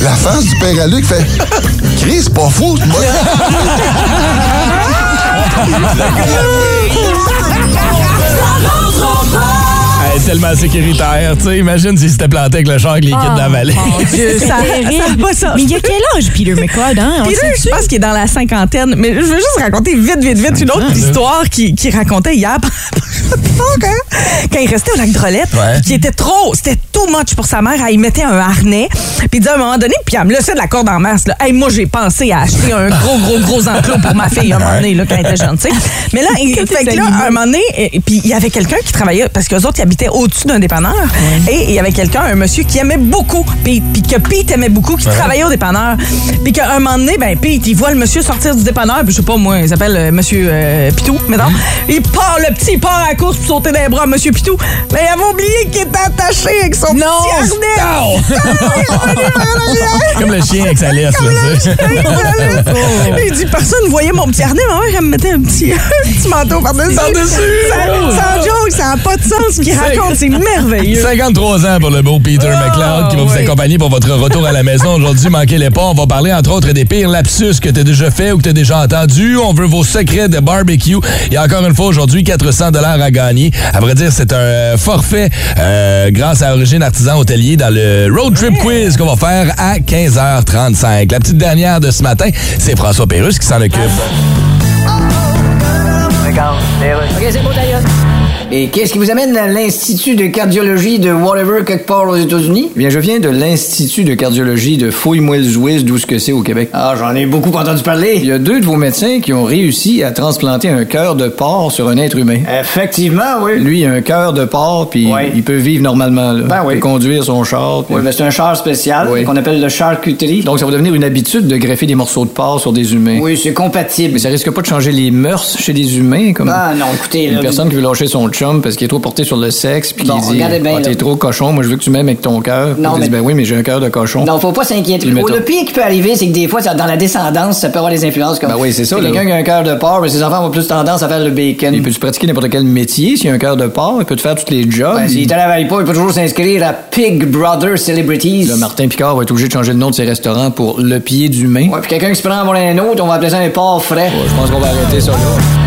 S9: La face du père à Luc fait Chris, c'est pas fou, c'est moi.
S3: Elle est tellement sécuritaire, tu sais. Imagine s'il s'était planté avec le char avec les kits
S4: Ah.
S3: dans la vallée. [LAUGHS]
S4: Ça- ça a pas de sens.
S5: Mais il y a quel âge, Peter McLeod, hein? On
S4: Peter,
S5: sait-
S4: je pense qu'il est dans la cinquantaine, mais je veux juste raconter vite, vite, vite une autre histoire qu'il qu'il racontait hier. [LAUGHS] hein. Quand il restait au lac Drolette,
S3: Ouais.
S4: qui était trop, c'était too much pour sa mère, elle y mettait un harnais, puis il disait à un moment donné, puis elle me laissait de la corde en masse. Là. Hey, moi, j'ai pensé à acheter un gros, gros, gros enclos pour ma fille à un moment donné, là, quand elle était jeune,
S5: [LAUGHS]
S4: tu sais. Mais là, il, fait que là, à un moment donné, et- et puis il y avait quelqu'un qui travaillait, parce qu'eux autres, ils habitaient au-dessus d'un dépanneur, et il y avait quelqu'un, un monsieur qui aimait beaucoup, puis puis que Pete aimait beaucoup, qui travaillait au dépanneur. Puis qu'à un moment donné, ben, Pete, il voit le monsieur sortir du dépanneur, puis je sais pas, moi, il s'appelle euh, monsieur euh, Pitou, mettons. Il part, le petit, il part à la course pour sauter dans les bras à monsieur Pitou. Mais il avait oublié qu'il était attaché avec son
S5: Non,
S4: petit harnais. [LAUGHS]
S3: Comme le chien avec sa laisse, là, tu sais.
S4: Il dit personne ne voyait mon petit harnais, ma mère elle me mettait un petit, [LAUGHS] un petit manteau par-dessus. Sans,
S3: Par-dessus.
S4: sans joke, ça n'a pas de sens ce qu'il
S3: C'est-
S4: raconte, c'est merveilleux.
S3: 53 ans pour le beau Peter McLeod qui va vous
S4: oui.
S3: accompagner pour votre retour à la maison aujourd'hui. Manquez-les pas. On va parler entre autres des pires lapsus que t'as déjà fait ou que t'as déjà entendu. On veut vos secrets de barbecue. Et encore une fois, aujourd'hui, 400 dollars à gagner. À vrai dire, c'est un euh, forfait euh, grâce à Origine Artisan Hôtelier dans le Road Trip Quiz qu'on va faire à 15h35. La petite dernière de ce matin, c'est François Pérusse qui s'en occupe.
S7: Et qu'est-ce qui vous amène à l'Institut de cardiologie de whatever quelque part aux États-Unis? Bien, je viens de l'Institut de cardiologie de Fouille-moi le Zouiz, d'où ce que c'est au Québec. Ah, j'en ai beaucoup entendu parler. Il y a deux de vos médecins qui ont réussi à transplanter un cœur de porc sur un être humain. Effectivement, oui. Lui, il a un cœur de porc, puis il peut vivre normalement. Là. Ben oui. Il peut conduire son char. Oui, mais c'est un char spécial qu'on appelle le charcuterie. Donc, ça va devenir une habitude de greffer des morceaux de porc sur des humains. Ben Oui, c'est compatible. Mais ça risque pas de changer les mœurs chez les humains, comme... Ah non, écoutez... Une personne qui veut lâcher son chum parce qu'il est trop porté sur le sexe, puis
S8: Bon,
S7: qu'il dit
S8: regardez bien,
S7: Ah,
S8: là.
S7: T'es trop cochon, moi je veux que tu m'aimes avec ton cœur.
S8: Non,
S7: Non,
S8: mais-
S7: Ben oui, mais j'ai un cœur de cochon.
S8: Non, faut pas s'inquiéter.
S7: Il met
S8: Oh,
S7: un-
S8: Le pire qui peut arriver, c'est que des fois, ça- dans la descendance, ça peut avoir des influences comme.
S7: Ben oui, c'est ça.
S8: C'est
S7: là.
S8: quelqu'un qui a un cœur de porc, mais
S7: ses enfants ont plus tendance à faire le bacon. Il peut tu pratiquer n'importe quel métier s'il a un cœur de porc, il peut te faire tous les jobs.
S8: Ben, s'il
S7: il...
S8: travaille pas, il peut toujours s'inscrire à Pig Brother Celebrities.
S7: Là, Martin Picard va être obligé de changer le nom de ses restaurants pour Le Pied d'Humain.
S8: Puis quelqu'un qui se prend pour un autre, on va appeler ça un porc frais.
S7: Je pense qu'on va arrêter ça là.